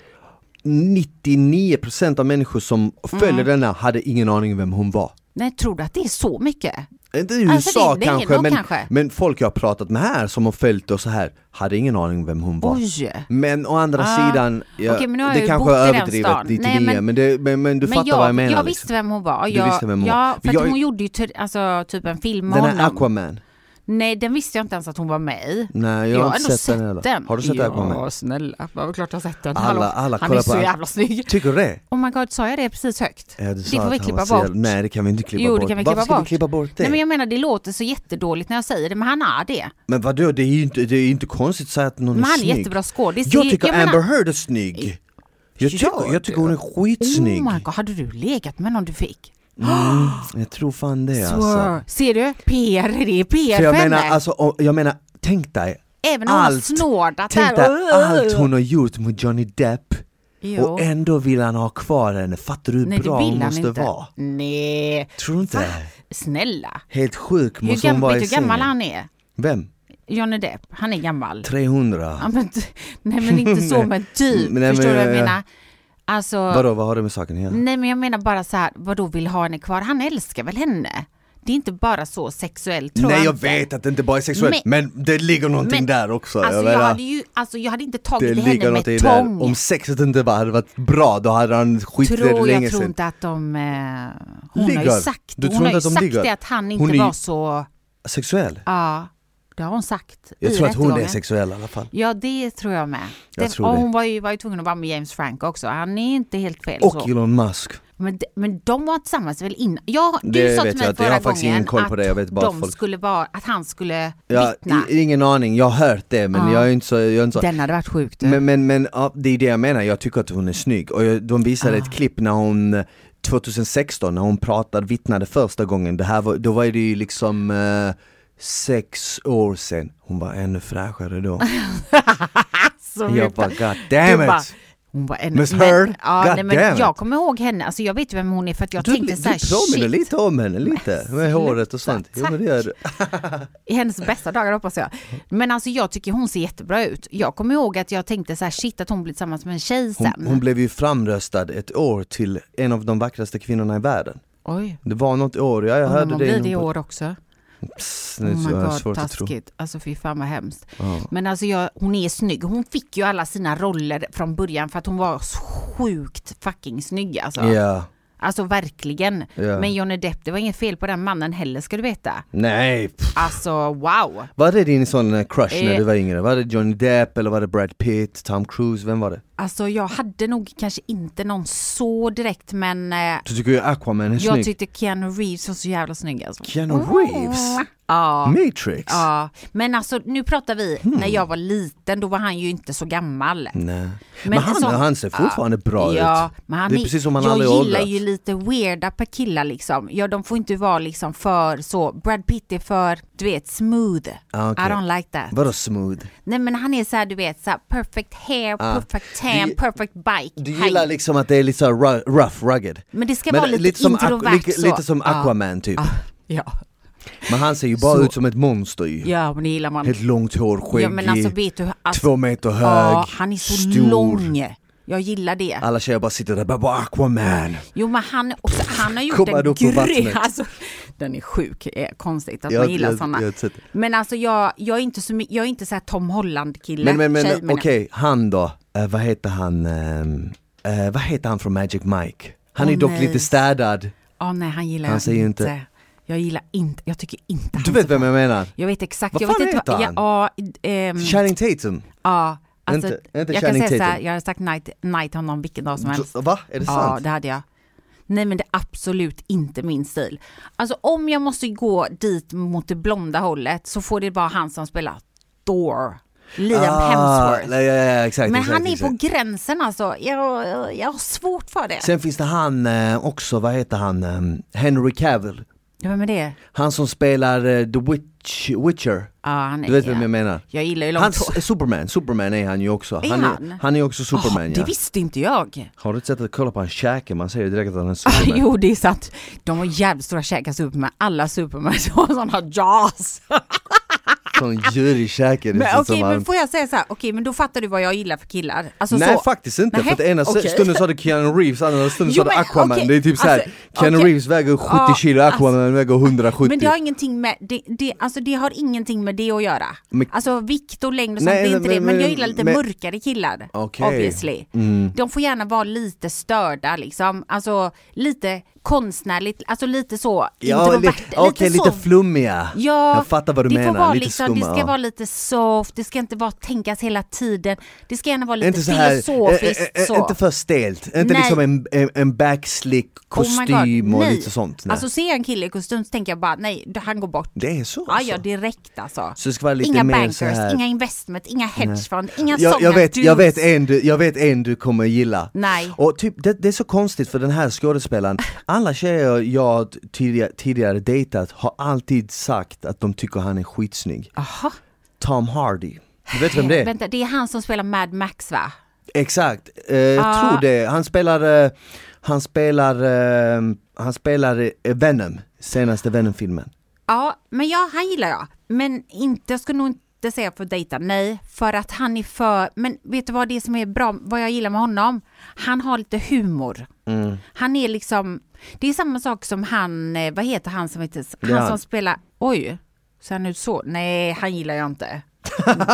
S1: 99% av människor som
S2: Mm.
S1: följer denna hade ingen aning om vem hon var.
S2: Nej, tror du att det är så mycket?
S1: Inte i USA
S2: Alltså, det- det är
S1: kanske,
S2: nog
S1: men,
S2: kanske.
S1: men folk jag har pratat med här som har följt och så här hade ingen aning om vem hon var.
S2: Oj!
S1: Men å andra
S2: Ah.
S1: sidan, ja,
S2: Okej, men nu har jag
S1: det
S2: ju
S1: kanske
S2: bott i
S1: är
S2: den
S1: överdrivet
S2: stan.
S1: 99
S2: Nej,
S1: men,
S2: men-
S1: det, men, men du fattar
S2: jag,
S1: vad jag menar
S2: jag
S1: liksom.
S2: visste vem hon var.
S1: Du
S2: Jag,
S1: visste vem hon
S2: ja,
S1: var.
S2: för att
S1: Jag-
S2: hon gjorde ju ty- alltså, typ en film med
S1: Den
S2: honom.
S1: här Aquaman,
S2: Nej, den visste jag inte ens att hon var med i.
S1: nej jag,
S2: jag
S1: har inte sett den heller. Har du sett
S2: ja,
S1: Aquaman?
S2: snälla. Det var klart jag har sett den.
S1: Alla-
S2: Hallå,
S1: alla
S2: han
S1: kollar
S2: är
S1: på
S2: så
S1: all-
S2: jävla snygg.
S1: Tycker du det?
S2: Oh my god, sa jag det precis högt?
S1: Ja, du sa
S2: får
S1: att
S2: vi
S1: han
S2: klippa
S1: var så jävla-
S2: bort.
S1: Nej det kan vi inte klippa
S2: Jo, det
S1: bort.
S2: kan vi
S1: Varför
S2: klippa
S1: ska vi
S2: bort.
S1: klippa bort det?
S2: Nej, men
S1: men,
S2: jag menar det låter så jättedåligt när jag säger det, men han är det.
S1: vadå, det är ju inte, det är ju inte konstigt att säga att någon
S2: Men han
S1: är
S2: är
S1: snygg.
S2: jättebra skådis. Det
S1: Jag
S2: är-
S1: tycker
S2: jag menar-
S1: Amber Heard är snygg. Jag
S2: Gör
S1: tycker, jag tycker
S2: du?
S1: hon är skitsnygg.
S2: Oh my god, hade du legat med någon du fick?
S1: jag tror fan det alltså.
S2: Swear. Ser du? PR, det är PR
S1: För jag
S2: för henne.
S1: menar, alltså, om- jag menar, tänk dig,
S2: Även om hon har
S1: allt-
S2: snådat
S1: tänk dig
S2: där. oh.
S1: allt hon har gjort mot Johnny Depp.
S2: Jo.
S1: Och ändå vill han ha kvar henne, fattar du hur
S2: Nej, det
S1: bra hon
S2: vill han
S1: måste
S2: inte.
S1: vara?
S2: Nej,
S1: Tror du inte?
S2: snälla.
S1: Helt sjuk
S2: Hur,
S1: måste hon
S2: gam-
S1: vara
S2: vet
S1: i
S2: du hur gammal
S1: sängen.
S2: han är?
S1: Vem?
S2: Johnny Depp, han är gammal.
S1: 300?
S2: Ja, men, t- nej men inte så men typ,
S1: Nej, men
S2: förstår du vad jag
S1: jag-
S2: menar? Alltså,
S1: Vadå, vad har det med saken att göra?
S2: nej men jag menar bara så här, vadå vill ha henne kvar? Han älskar väl henne? Det är inte bara så sexuellt tror
S1: Nej jag
S2: inte.
S1: vet att det inte bara är sexuellt, men, det ligger någonting
S2: Men,
S1: där också.
S2: Alltså jag,
S1: menar,
S2: hade ju, alltså jag hade inte
S1: det
S2: tagit
S1: ligger
S2: henne med
S1: något i
S2: tång.
S1: det där. Om sexet inte var, hade varit bra, då hade han skitit i det
S2: tror,
S1: länge
S2: jag tror
S1: sedan.
S2: inte att de... Eh, hon har
S1: Ligger?
S2: ju sagt,
S1: Du
S2: hon
S1: tror inte
S2: har ju
S1: att de
S2: sagt
S1: ligger?
S2: det att han
S1: Hon
S2: inte
S1: är ju-
S2: var så...
S1: Sexuell?
S2: Ja, det har hon sagt.
S1: Jag
S2: i
S1: tror att hon är
S2: rättegången.
S1: sexuell i alla fall.
S2: Ja, det tror jag med.
S1: Jag
S2: det,
S1: tror
S2: och
S1: det.
S2: hon var ju, var ju tvungen att vara med James Franco också. Han är inte helt fel.
S1: Och
S2: så.
S1: Elon Musk.
S2: Men, de, men de var tillsammans väl innan? Ja, du
S1: Det
S2: sa till
S1: vet
S2: mig
S1: jag inte. Jag
S2: förra
S1: har faktiskt ingen
S2: gången
S1: koll på
S2: att
S1: det. Jag vet bara att
S2: de
S1: folk-
S2: skulle vara, att han skulle
S1: Jag,
S2: vittna.
S1: i- ingen aning, jag har hört det men
S2: Ja.
S1: jag är inte så, jag är inte så
S2: Den hade varit sjuk du.
S1: Men, men, men ja, det är det jag menar, jag tycker att hon är snygg och jag, de visade ett klipp när hon eh, 2016 när hon pratade, vittnade första gången, det här var, då var det ju liksom eh, sex år sedan, hon var ännu fräschare då.
S2: Så vi-
S1: jag bara god
S2: du
S1: damn
S2: bara,
S1: it!
S2: hon var en,
S1: Miss
S2: men-
S1: Heard,
S2: ja,
S1: God
S2: nej, men
S1: damn it.
S2: jag kommer ihåg henne, alltså jag vet vem hon är för att jag
S1: Du,
S2: tänkte
S1: du
S2: så här,
S1: påminner
S2: shit,
S1: lite om henne, lite, med håret och sånt. Jo men det gör du.
S2: i hennes bästa dagar hoppas jag. Men alltså jag tycker hon ser jättebra ut. Jag kommer ihåg att jag tänkte så här, shit att hon blir tillsammans med en tjej sen.
S1: Hon, hon blev ju framröstad ett år till en av de vackraste kvinnorna i världen.
S2: Oj,
S1: Det var något år, ja jag
S2: om
S1: hörde
S2: hon
S1: det.
S2: blir
S1: innan
S2: det i
S1: på-
S2: år också.
S1: Pss, nu
S2: Oh my
S1: har jag
S2: god,
S1: svårt att tro.
S2: taskigt. Alltså fy fan vad hemskt.
S1: Ja.
S2: Men alltså jag, hon är snygg. Hon fick ju alla sina roller från början för att hon var så sjukt fucking snygg alltså.
S1: Ja.
S2: Alltså verkligen.
S1: Ja.
S2: Men Johnny Depp, det var inget fel på den mannen heller ska du veta.
S1: Nej, pff.
S2: Alltså wow.
S1: var det din sån eh, crush när
S2: Eh.
S1: du var yngre? Var det Johnny Depp eller var det Brad Pitt, Tom Cruise, vem var det?
S2: Alltså jag hade nog kanske inte någon så direkt men eh,
S1: Du tycker ju Aquaman är
S2: jag
S1: snygg
S2: tyckte Keanu Reeves var så jävla snygg alltså.
S1: Keanu Reeves?
S2: Ja.
S1: Matrix?
S2: Ja, men alltså nu pratar vi
S1: Hmm.
S2: när jag var liten, då var han ju inte så gammal.
S1: Nej. Men,
S2: Men
S1: han,
S2: sån-
S1: han ser fortfarande bra
S2: ja,
S1: ut.
S2: men han
S1: det är
S2: är-
S1: precis som han
S2: jag
S1: aldrig
S2: gillar
S1: åldrats.
S2: ju lite weirda på killar liksom. Ja, de får inte vara liksom för så, Brad Pitt är för, du vet, smooth.
S1: Ah, okej.
S2: I don't like that.
S1: Vadå smooth?
S2: Nej men han är så här, du vet, så här, perfect hair,
S1: Ah.
S2: perfect tan,
S1: Du-
S2: perfect bike.
S1: Du
S2: height.
S1: gillar liksom att det är lite så här ru- rough, rugged.
S2: Men det ska
S1: Men
S2: vara lite,
S1: som Aqu-
S2: introvert
S1: lika-
S2: så.
S1: lite som
S2: Ja.
S1: Aquaman typ.
S2: Ah, Ja.
S1: Men han ser ju bara
S2: Så.
S1: ut som ett monster ju.
S2: ja, men det gillar man.
S1: Helt långt hår, skäggig,
S2: Ja men alltså vet du, alltså,
S1: två meter hög,
S2: ja, han är så
S1: stor. Ah.
S2: lång. Jag gillar det.
S1: Alla tjejer bara sitter där bara bara Aquaman.
S2: Jo men han, också, han har gjort
S1: Kommer
S2: en
S1: upp på
S2: grej,
S1: vattnet.
S2: alltså, den är sjuk, är konstigt att
S1: Jag-
S2: man gillar
S1: jag- jag har
S2: sådana.
S1: inte sett det.
S2: Men alltså jag, jag är inte så my- jag är inte så här Tom Holland kille,
S1: Men, men, men
S2: tjej,
S1: okej, han då? Eh, vad heter han? ehm, eh, vad heter han från Magic Mike? Han
S2: Åh,
S1: är dock
S2: nej.
S1: lite städad.
S2: Ja, Ah, nej han gillar
S1: Han
S2: jag
S1: säger ju inte-
S2: Jag gillar inte, jag tycker inte
S1: Du
S2: han
S1: vet vem jag menar?
S2: Jag vet exakt,
S1: Vad
S2: jag
S1: fan
S2: vet inte
S1: heter han?
S2: ja, ja, ehm,
S1: Channing Tatum?
S2: ja, alltså,
S1: Inte- inte
S2: jag kan
S1: Channing
S2: säga så här,
S1: Tatum.
S2: jag har sagt night, night honom vilken dag som helst.
S1: Så- Va? Är det
S2: Ja,
S1: sant?
S2: det hade jag. Nej men det är absolut inte min stil. Alltså om jag måste gå dit mot det blonda hållet så får det vara han som spelar Thor. Liam
S1: Ah,
S2: Hemsworth.
S1: nej, ja, ja, exakt,
S2: men
S1: exakt,
S2: han är
S1: exakt.
S2: på gränsen alltså. Jag, jag- jag har svårt för det.
S1: Sen finns det han eh, också, vad heter han? ehm, Henry Cavill.
S2: Ja, Vem är det?
S1: Han som spelar eh, The Witch, Witcher.
S2: Ja, han är,
S1: Du vet
S2: ja.
S1: vem jag menar?
S2: Jag gillar ju långt
S1: Han,
S2: hår.
S1: Superman, Superman är han ju också.
S2: Är
S1: han?
S2: han?
S1: Är, han är också Superman
S2: Åh,
S1: ja.
S2: Ah, Det visste inte jag.
S1: Har du inte sett att kolla på hans käke? Man ser ju direkt att han är Superman.
S2: jo det är sant. De har jävligt stora käkar Superman. Alla Superman har sådana jaws.
S1: Sån djurig käke. det ser
S2: Men
S1: ut
S2: okej,
S1: som
S2: men
S1: han-
S2: får jag säga så här, okej men då fattar du vad jag gillar för killar. Alltså,
S1: Nej
S2: så,
S1: faktiskt inte,
S2: Nähä,
S1: för att ena
S2: okej.
S1: stunden sa du Keanu Reeves, andra stunden
S2: Jo,
S1: sa du
S2: men
S1: Aquaman.
S2: okej,
S1: Det är typ så här.
S2: alltså,
S1: Keanu
S2: okej.
S1: Reeves väger 70
S2: Ja, alltså,
S1: kilo, Aquaman väger 170.
S2: Men det har ingenting med, det, det, alltså det har ingenting med det att göra.
S1: Men-
S2: alltså vikt och längd och sånt,
S1: Nej,
S2: det är inte
S1: men-
S2: det. Men
S1: men-
S2: jag gillar lite
S1: men-
S2: mörkare killar.
S1: Okej. Mm.
S2: Obviously. De får gärna vara lite störda liksom. Alltså lite konstnärligt, alltså lite så
S1: ja, li-
S2: introverta,
S1: Okej, lite,
S2: så.
S1: flummiga.
S2: Ja,
S1: jag fattar vad du
S2: det
S1: menar.
S2: Får vara
S1: lite
S2: liksom,
S1: skumma.
S2: det ska
S1: ja.
S2: vara lite soft, det ska inte bara tänkas hela tiden. Det ska gärna vara lite
S1: inte så här,
S2: filosofiskt
S1: eh, eh, eh,
S2: så.
S1: inte för stelt. Inte
S2: Nej.
S1: liksom en, en, en backslick
S2: Oh my
S1: kostym
S2: God,
S1: och
S2: nej.
S1: lite sånt. Nej.
S2: Alltså ser jag en kille i kostym så tänker jag bara nej, han går bort.
S1: det är så
S2: Ja,
S1: alltså.
S2: ja direkt alltså.
S1: Så det ska vara lite
S2: inga
S1: mer
S2: bankers,
S1: så här.
S2: inga investment, inga hedgefond, inga
S1: jag,
S2: sådana
S1: jag, vet, jag,
S2: dudes.
S1: vet en du, jag vet en du kommer gilla.
S2: Nej.
S1: Och typ, det, det är så konstigt för den här skådespelaren, alla tjejer jag tidigare, tidigare dejtat har alltid sagt att de tycker han är skitsnygg.
S2: Aha.
S1: Tom Hardy. Du vet vem det är?
S2: Vänta, det är han som spelar Mad Max va?
S1: Exakt, eh, jag
S2: Ah.
S1: tror det. Han spelar, eh, han spelar, eh, han spelar eh, Venom, senaste Venom-filmen.
S2: Ja, men ja, han gillar jag. Men inte, jag skulle nog inte säga för att dejta, nej. För att han är för, men vet du vad det är som är bra, vad jag gillar med honom? Han har lite humor.
S1: Mm.
S2: Han är liksom, det är samma sak som han, eh, vad heter han som heter,
S1: är
S2: han,
S1: han.
S2: som spelar, oj, ser han ut så? Nej, han gillar jag inte.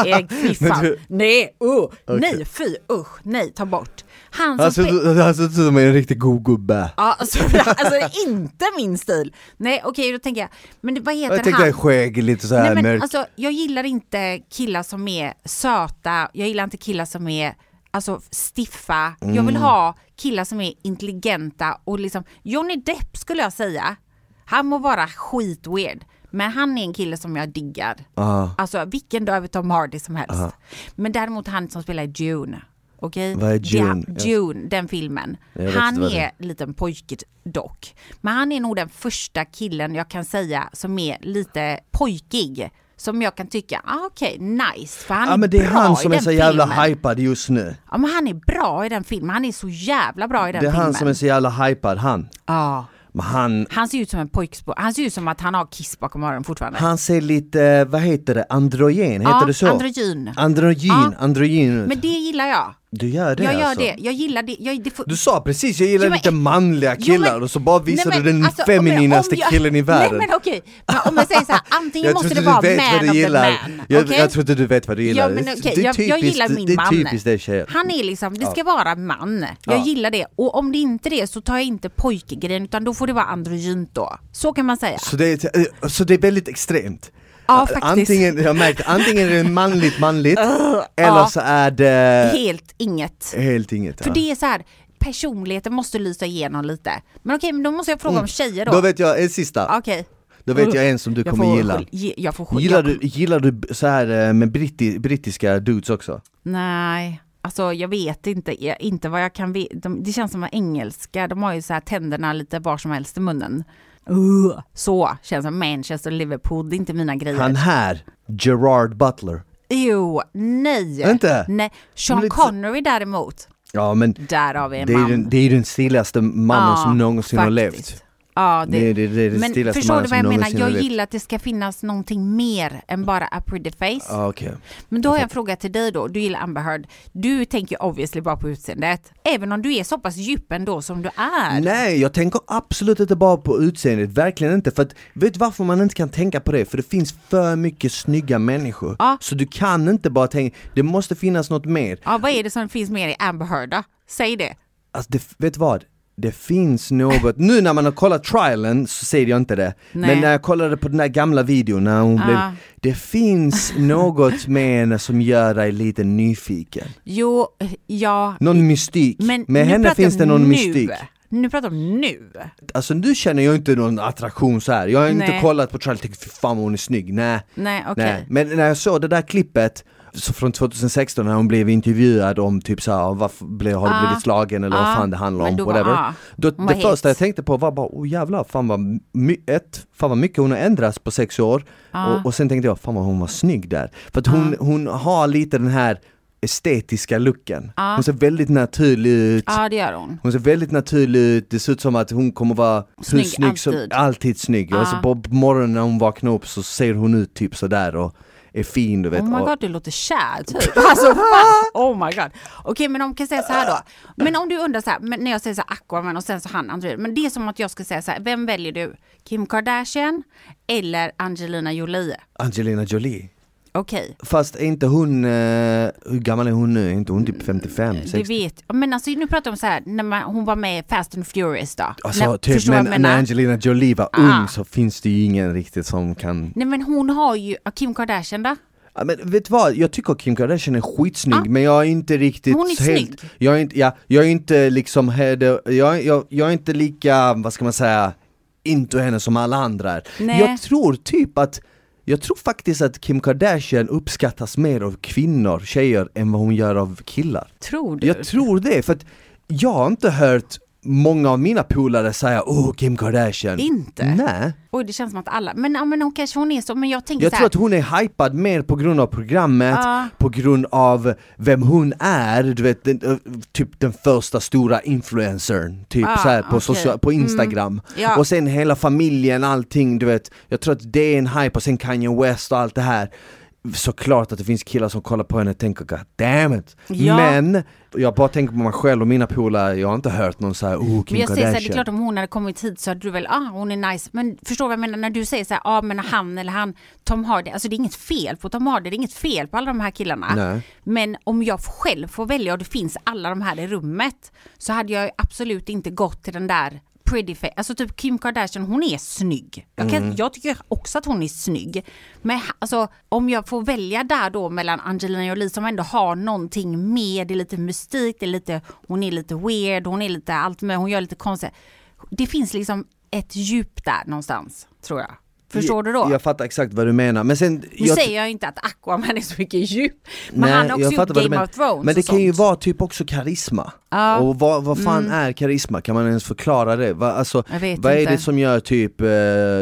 S2: Nej, fy fan.
S1: du-
S2: Nej, uh, nej, fy, usch, nej, ta bort. Han som
S1: Han ser
S2: spe-
S1: ut han ser ut alltså, som en riktig god gubbe.
S2: Ja, alltså, alltså inte min stil. Nej, okej, då tänker jag, men det- vad heter
S1: Jag tänkte
S2: han?
S1: jag är skägg, lite så
S2: Nej,
S1: här
S2: men
S1: mörk.
S2: alltså, jag gillar inte killar som är söta, jag gillar inte killar som är alltså, stiffa. Jag
S1: Mm.
S2: vill ha killar som är intelligenta och liksom, Johnny Depp skulle jag säga, han må vara skitweird, men han är en kille som jag diggar.
S1: Ah,
S2: Alltså vilken dag över Tom Hardy som helst. Men däremot han som spelar Dune. Okej?
S1: Vad är
S2: Det är han-
S1: Dune?
S2: Dune, den filmen.
S1: Jag vet
S2: Han
S1: inte vad det
S2: är liten pojke dock. Men han är nog den första killen jag kan säga som är lite pojkig. Som jag kan tycka, ah, okej, nice. För han
S1: ja
S2: är
S1: men det är
S2: bra
S1: han som
S2: i
S1: är
S2: den
S1: så jävla
S2: filmen.
S1: hypad just nu.
S2: Ja men han är bra i den filmen, han är så jävla bra i den
S1: Det är
S2: filmen.
S1: han som är så jävla hypad, han.
S2: Ja.
S1: Men han,
S2: Han ser ut som en pojkspå, han ser ut som att han har kiss bakom öronen fortfarande.
S1: han ser lite, eh, vad heter det, androgen, heter
S2: ja,
S1: det så?
S2: androgyn.
S1: Androgyn,
S2: Ja.
S1: androgyn ut.
S2: Men det gillar jag.
S1: Du gör det
S2: jag gör
S1: alltså?
S2: det, jag gillar det. Jag, det får,
S1: Du sa precis, jag gillar
S2: Jo, men-
S1: lite manliga
S2: Jo,
S1: killar
S2: men-
S1: och så bara visar
S2: Nej,
S1: du
S2: men
S1: den
S2: alltså, om jag- om
S1: feminaste
S2: jag-
S1: killen i världen.
S2: Nej men okej, men om jag säger så här, antingen
S1: jag tror
S2: måste
S1: inte
S2: det
S1: du
S2: vara
S1: vet vad
S2: man
S1: du
S2: of the
S1: gillar.
S2: man.
S1: Jag,
S2: okej?
S1: jag tror inte du vet vad du gillar.
S2: Ja, men okej,
S1: det är
S2: jag,
S1: typiskt,
S2: jag gillar min
S1: det,
S2: man.
S1: Det är typiskt det tjejer.
S2: Han är liksom, det ska vara man. Jag
S1: Ja.
S2: gillar det. Och om det inte är det så tar jag inte pojkgrejen utan då får det vara androgynt då. Så kan man säga.
S1: Så det, är, eh, så det är väldigt extremt.
S2: Ja, faktiskt.
S1: Antingen, jag har märkt, antingen är det manligt manligt, eller så är det
S2: Helt inget.
S1: helt inget. alltså.
S2: För
S1: ja.
S2: det är så här, personligheten måste lysa igenom lite. Men okej, men då måste jag fråga om tjejer då.
S1: Då vet jag en sista.
S2: Okej.
S1: Då vet jag en som Mm. du kommer
S2: får,
S1: gilla
S2: skil- ge- Jag får skil-
S1: Gillar
S2: jag,
S1: du, gillar du så här eh, med britti, brittiska dudes också?
S2: Nej, alltså jag vet inte, jag, inte vad jag kan ve- de, Det känns som att engelska, de har ju så här tänderna lite var som helst i munnen. Uh, så känns det. Manchester, Liverpool, det är inte mina grejer.
S1: Han här, Gerard Butler
S2: Jo, nej.
S1: Inte?
S2: Nej.
S1: Men
S2: Sean
S1: lite så-
S2: Connery däremot,
S1: Ja men
S2: där har vi en
S1: det är,
S2: man.
S1: den, det är den stiligaste mannen
S2: Ja,
S1: som någonsin har
S2: faktiskt.
S1: levt
S2: Ja, det,
S1: Det är- det är- det är den
S2: men
S1: stillaste
S2: förstår
S1: mannen
S2: du
S1: som
S2: vad jag menar?
S1: någonsin har
S2: Jag
S1: levt.
S2: gillar att det ska finnas någonting mer än bara a pretty face.
S1: Ja, Okej,
S2: Men då har jag en fråga till dig då. Du gillar Amber Heard. Du tänker ju obviously bara på utseendet. Även om du är så pass djup ändå som du är.
S1: Nej, jag tänker absolut inte bara på utseendet, verkligen inte. För att, vet du varför man inte kan tänka på det? För det finns för mycket snygga människor.
S2: Ja.
S1: Så du kan inte bara tänka, det måste finnas något mer.
S2: Ja, vad är det som finns mer i Amber Heard då? Säg det.
S1: Alltså, det, vet du vad? Det finns något, nu när man har kollat trialen så säger jag inte det.
S2: Nej.
S1: Men när jag kollade på den där gamla videon när hon
S2: Ah.
S1: blev, det finns något med henne som gör dig lite nyfiken.
S2: Jo, ja.
S1: Någon mystik.
S2: Men
S1: med
S2: nu
S1: henne
S2: pratar
S1: finns
S2: jag
S1: det någon
S2: nu.
S1: mystik.
S2: Nu pratar om nu.
S1: Alltså nu känner jag inte någon attraktion så här. jag har inte
S2: Nej.
S1: kollat på trial och tänkt fy fan vad hon är snygg, nej.
S2: Nej, okej.
S1: nej. Men när jag såg det där klippet så från 2016 när hon blev intervjuad om typ såhär, varför blev, har du
S2: Ah.
S1: blivit slagen eller vad
S2: Ah.
S1: fan det handlar
S2: Men
S1: om,
S2: då var-
S1: whatever.
S2: ah.
S1: Då,
S2: Hon
S1: det
S2: var het.
S1: första jag tänkte på var bara, oh jävlar, fan vad, my- ett, fan vad mycket hon har ändrats på sex år. Och, och sen tänkte jag, fan vad hon var snygg där. För att hon, hon har lite den här estetiska looken. Hon ser väldigt naturlig ut.
S2: Ja, det gör hon.
S1: Hon ser väldigt naturlig ut, det ser ut som att hon kommer vara hur
S2: Snygg,
S1: som,
S2: alltid.
S1: alltid snygg. Alltså på på morgonen när hon vaknar upp så ser hon ut typ sådär och är fin du vet.
S2: Oh my
S1: Och-
S2: god, du låter kär typ. Alltså fan, oh my god. Okej men om jag kan säga så här då. Men om du undrar så här, men när jag säger så här Aquaman och sen så han Andrew. Men det är som att jag ska säga så här, vem väljer du? Kim Kardashian eller Angelina Jolie?
S1: Angelina Jolie.
S2: Okej,
S1: Fast är inte hon, eh, hur gammal är hon nu? Är inte hon typ 55?
S2: det
S1: 60?
S2: vet jag. Men alltså nu pratar vi om så här, när man, hon var med i Fast and Furious då.
S1: Alltså
S2: när,
S1: typ
S2: förstår vad
S1: när,
S2: jag menar?
S1: när Angelina Jolie var
S2: Ah.
S1: ung så finns det ju ingen riktigt som kan
S2: Nej men hon har ju, ja, Kim Kardashian då?
S1: Ja, men vet du vad, jag tycker Kim Kardashian är skitsnygg men jag är inte riktigt
S2: Ah. Hon är
S1: helt,
S2: snygg.
S1: jag är inte, ja, jag är inte liksom, hede- jag, jag, jag är inte lika, vad ska man säga, into henne som alla andra är.
S2: Nej.
S1: Jag tror typ att, jag tror faktiskt att Kim Kardashian uppskattas mer av kvinnor, tjejer, än vad hon gör av killar.
S2: Tror du?
S1: Jag tror det, för att jag har inte hört många av mina polare säga åh Kim Kardashian.
S2: Inte?
S1: Nej.
S2: Oj det känns som att alla, men, ja, men hon kanske hon är så, men jag tänker
S1: Jag
S2: så här,
S1: tror att hon är hypad mer på grund av programmet,
S2: Ja.
S1: på grund av vem hon är, du vet, den, ö, typ den första stora influencern, typ
S2: Ja,
S1: så här, på,
S2: Ah, okej. Mm.
S1: social, på Instagram.
S2: Ja.
S1: Och sen hela familjen, allting, du vet. Jag tror att det är en hype, och sen Kanye West och allt det här. Såklart att det finns killar som kollar på henne och tänker 'God damn it'
S2: Ja.
S1: Men jag bara tänker på mig själv och mina polare, jag har inte hört någon såhär 'Oh Kim
S2: Men jag säger
S1: Kardashian'
S2: såhär, det är klart om hon hade kommit hit så hade du väl, ah hon är nice. Men förstår vad jag menar när du säger såhär, ja ah, men han eller han, Tom Hardy, alltså det är inget fel på Tom Hardy, det är inget fel på alla de här killarna.
S1: Nej.
S2: Men om jag själv får välja och det finns alla de här i rummet så hade jag ju absolut inte gått till den där pretty face, alltså typ Kim Kardashian hon är snygg. Jag, kan, jag tycker också att hon är snygg. Men ha- alltså om jag får välja där då mellan Angelina Jolie som ändå har någonting med, det är lite mystik, det är lite, hon är lite weird, hon är lite allt med, hon gör lite konstigt. Det finns liksom ett djup där någonstans tror jag. Förstår du då?
S1: Jag fattar exakt vad du menar, men sen...
S2: Nu
S1: jag-
S2: säger jag inte att Aquaman är så mycket djup, men han har också gjort
S1: fattar vad du
S2: Game
S1: menar.
S2: of Thrones
S1: Men det
S2: och
S1: kan ju
S2: sånt.
S1: vara typ också karisma.
S2: Ja. Mm.
S1: Och vad, vad fan är karisma? Kan man ens förklara det? Va, alltså,
S2: Jag vet
S1: vad är
S2: inte.
S1: det som gör typ eh,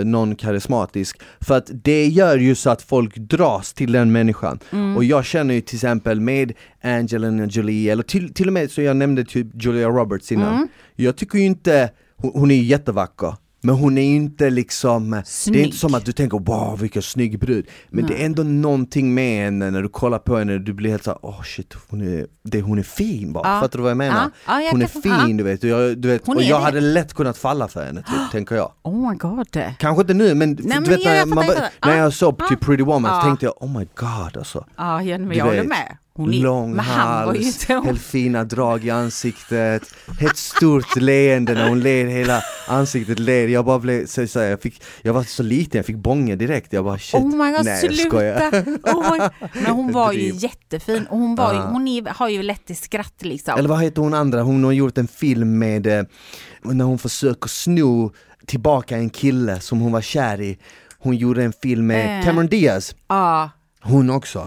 S1: någon karismatisk? För att det gör ju så att folk dras till den människan.
S2: Mm.
S1: Och jag känner ju till exempel med Angelina Jolie, eller till, till och med så jag nämnde typ Julia Roberts innan.
S2: Mm.
S1: Jag tycker ju inte, hon, hon är ju jättevacker. Men hon är ju inte liksom, det är
S2: Snygg.
S1: inte som att du tänker wow vilken snygg brud Men det är ändå någonting med henne när du kollar på henne, du blir helt såhär åh shit, hon är, det, hon är fin bara,
S2: Ja.
S1: fattar du vad jag menar?
S2: Ja. Ja, jag
S1: hon är
S2: kan-
S1: fin
S2: ja.
S1: du vet, och jag, du vet,
S2: Hon
S1: och
S2: är
S1: jag
S2: det.
S1: hade lätt kunnat falla för henne typ, tänker jag
S2: Oh my god.
S1: Kanske inte nu men,
S2: men
S1: du vet
S2: jag
S1: när,
S2: fattar,
S1: man,
S2: jag
S1: bara-
S2: fattar.
S1: när
S2: Ja.
S1: jag såg
S2: Ja.
S1: till Pretty Woman
S2: Ja.
S1: så tänkte jag oh my god alltså
S2: Ja, Jenny, men
S1: Du
S2: jag håller
S1: vet.
S2: med. Hon är,
S1: lång
S2: men han var ju
S1: hals,
S2: inte hon.
S1: helt fina drag i ansiktet, ett stort leende när hon ler, hela ansiktet ler. Jag bara blev så, så, jag, fick, jag var så liten, jag fick bånge direkt. Jag bara shit,
S2: Oh my god,
S1: nej jag
S2: sluta!
S1: skojar.
S2: Oh my. Men hon var ju
S1: Driv.
S2: jättefin och hon, var ju,
S1: Ah.
S2: hon är, har ju lätt till skratt liksom.
S1: Eller vad heter hon andra, hon har gjort en film med eh, när hon försöker sno tillbaka en kille som hon var kär i. Hon gjorde en film med
S2: Eh.
S1: Cameron Diaz,
S2: Ja,
S1: hon också.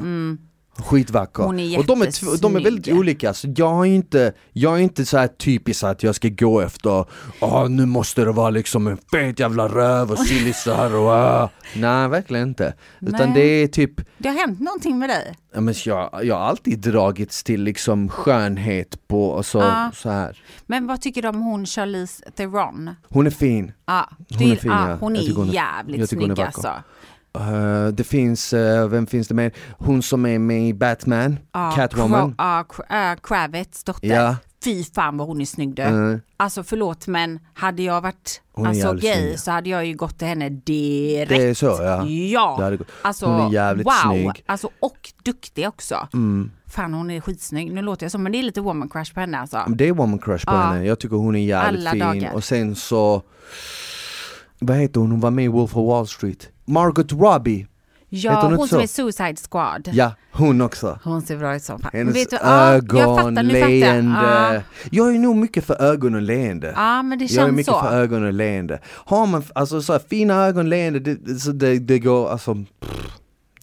S1: Skitvacker.
S2: Mm. Hon är
S1: och de är, tv- de är väldigt
S2: jättesnygg.
S1: olika, så jag är inte, jag är inte så här typisk att jag ska gå efter, ah nu måste det vara liksom en fet jävla röv och sillisar och ah. Nej verkligen inte. Utan
S2: Nej.
S1: det är typ,
S2: det har hänt någonting med dig.
S1: ja, men jag, jag har alltid dragits till liksom skönhet på, alltså,
S2: Ja.
S1: så här.
S2: Men vad tycker du om hon Charlize Theron?
S1: Hon är fin.
S2: Ja,
S1: Hon
S2: du-
S1: är fin, ja.
S2: hon
S1: Jag
S2: är
S1: tycker hon är-
S2: jävligt
S1: jag tycker hon är
S2: snygg
S1: vacker.
S2: alltså.
S1: Eh, det finns, eh, vem finns det mer? Hon som är med i Batman,
S2: Ja,
S1: Catwoman.
S2: Kra- Ja, Kra- äh, Kravitz dotter.
S1: Ja.
S2: Fy fan vad hon är snygg du.
S1: Mm.
S2: Alltså förlåt men hade jag varit
S1: Hon är
S2: alltså,
S1: jävligt
S2: gay
S1: snygg, ja.
S2: så hade jag ju gått till henne direkt.
S1: Det är så ja. Det
S2: Ja,
S1: hade gått.
S2: alltså
S1: Hon är jävligt
S2: wow,
S1: snygg.
S2: alltså och duktig också.
S1: Mm.
S2: Fan hon är skitsnygg, nu låter jag som men det är lite woman crush på henne alltså.
S1: Det är woman crush på
S2: Ja.
S1: henne, jag tycker hon är jävligt
S2: Alla
S1: fin
S2: dagar.
S1: och sen så Vad heter hon, hon var med i Wolf of Wall Street Margot Robbie! heter
S2: Ja,
S1: hon
S2: hon,
S1: inte
S2: som
S1: så?
S2: är Suicide Squad.
S1: Ja, hon också!
S2: Hon ser bra ut som fan.
S1: Hennes
S2: Vet du, ja,
S1: ögon,
S2: jag fattar, nu fattar jag.
S1: leende
S2: Ja,
S1: Jag är nog mycket för ögon och leende
S2: ja men det
S1: Jag är
S2: känns
S1: mycket
S2: så.
S1: för ögon och leende Har man f- alltså så här, fina ögon, leende, det, det, så det, det går alltså pff,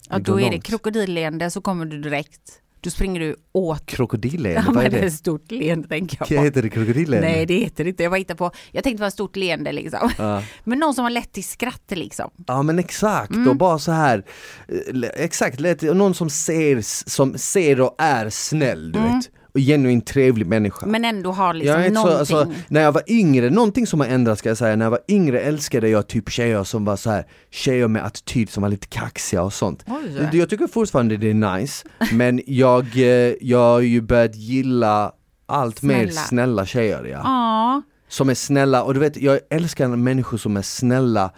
S2: Ja,
S1: det går
S2: då är det
S1: långt.
S2: krokodilleende så kommer du direkt. Då springer du åt.
S1: Krokodilleende,
S2: Ja,
S1: vad är
S2: men det är
S1: det?
S2: ett stort leende tänker jag på.
S1: Heter det krokodilleende?
S2: Nej det heter det inte, jag bara hittar på. Jag tänkte vara ett stort leende liksom.
S1: Ja.
S2: Men någon som har lätt till skratt liksom.
S1: Ja men exakt, och
S2: Mm.
S1: bara så här eh, le- Exakt, lätt- någon som ser, s- som ser och är snäll du vet Och genuint trevlig människa
S2: Mm. Men ändå har liksom
S1: jag är inte så,
S2: någonting.
S1: alltså, när jag var yngre, någonting som har ändrats ska jag säga, när jag var yngre älskade jag typ tjejer som var så här tjejer med attityd som var lite kaxiga och sånt.
S2: Oj.
S1: Jag tycker fortfarande det är nice, men jag, eh, jag har ju börjat gilla allt mer
S2: Snälla.
S1: snälla tjejer ja.
S2: Ja,
S1: Som är snälla, och du vet jag älskar människor som är snälla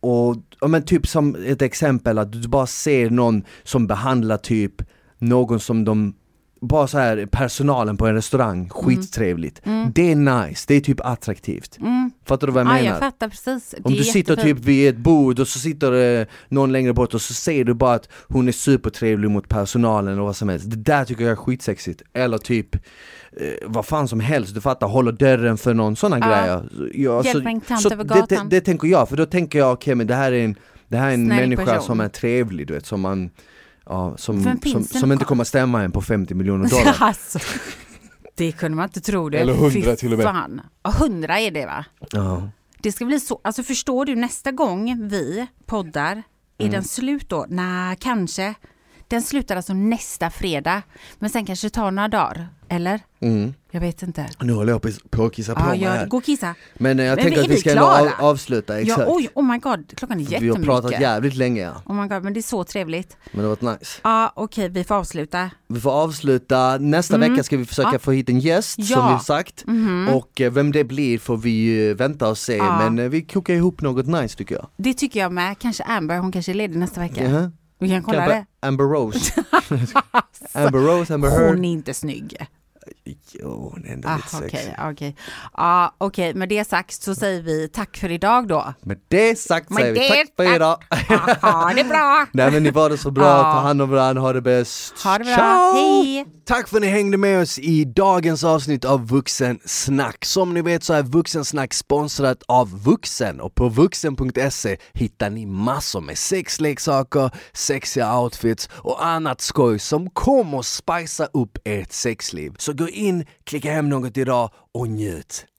S1: och, ja, men typ som ett exempel att du bara ser någon som behandlar typ någon som de bara så här personalen på en restaurang, skittrevligt. Det är nice, det är typ attraktivt. Fattar du vad jag
S2: mm. ja
S1: menar?
S2: Ah, jag fattar precis.
S1: Om
S2: Det är
S1: du sitter
S2: jättefint.
S1: typ vid ett bord och så sitter eh, någon längre bort och så ser du bara att hon är supertrevlig mot personalen och vad som helst. Det där tycker jag är skitsexigt. Eller typ eh, vad fan som helst, du fattar, håller dörren för någon, sådana
S2: Ja.
S1: grejer. Ja,
S2: Hjälp en tant över
S1: alltså, det, det,
S2: gatan.
S1: det tänker jag, för då tänker jag okej men det här är en, det här är en
S2: Snäll
S1: människa
S2: person.
S1: som är trevlig du vet, som man Ja, som,
S2: Vem finns
S1: som,
S2: det
S1: som inte
S2: kvar?
S1: kommer stämma en på 50 miljoner dollar.
S2: alltså, det kunde man inte tro det.
S1: Eller 100
S2: Fy
S1: till och med.
S2: Fan. Ja, 100 är det va?
S1: Ja.
S2: Det ska bli så, alltså förstår du nästa gång vi poddar, är
S1: Mm.
S2: den slut då? Nej, kanske. Den slutar alltså nästa fredag, men sen kanske det tar några dagar, eller?
S1: Mm.
S2: Jag vet inte.
S1: Nu håller jag på- på att kissa på
S2: Ah, Ja,
S1: mig
S2: jag,
S1: här.
S2: gå och kissa.
S1: Men eh, jag
S2: Men
S1: tänker
S2: är
S1: att vi
S2: vi
S1: ska ändå av,
S2: klara?
S1: avsluta, exakt.
S2: Ja, oj, oh my god, klockan är
S1: Vi har pratat
S2: jättemycket.
S1: jävligt länge ja,
S2: Oh my god, men det är så trevligt. Ja,
S1: men det har varit nice.
S2: okej, vi får avsluta.
S1: Vi får avsluta, nästa vecka ska vi försöka
S2: Mm. Ja.
S1: få hit en gäst som
S2: Ja. Mm-hmm.
S1: vi sagt. Och eh, vem det blir får vi eh, vänta och se,
S2: Ja.
S1: men eh, vi kokar ihop något nice tycker jag.
S2: Det tycker jag med. Kanske Amber, hon kanske är ledig nästa vecka.
S1: Mhm.
S2: Vi kan kolla
S1: Kanske
S2: det.
S1: Amber Rose. Amber Rose, Amber
S2: Hon
S1: Heard.
S2: är inte snygg.
S1: Jo, hon är ändå
S2: Ah,
S1: lite
S2: Okej,
S1: sexig.
S2: okej. Ja, okej, med det sagt så säger vi tack för idag då.
S1: Med det sagt
S2: Med
S1: säger vi
S2: det
S1: tack för
S2: sagt-
S1: idag.
S2: Ha det bra!
S1: Nej men ni var det så bra,
S2: Ja.
S1: ta hand om varandra, ha det bäst.
S2: Ha det bra.
S1: Ciao!
S2: Hej!
S1: Tack för att ni hängde med oss i dagens avsnitt av Vuxensnack. Som ni vet så är Vuxensnack sponsrat av Vuxen och på vuxen.se hittar ni massor med sexleksaker, sexiga outfits och annat skoj som kommer att spicea upp ert sexliv. Så gå in, klicka hem något idag och njut.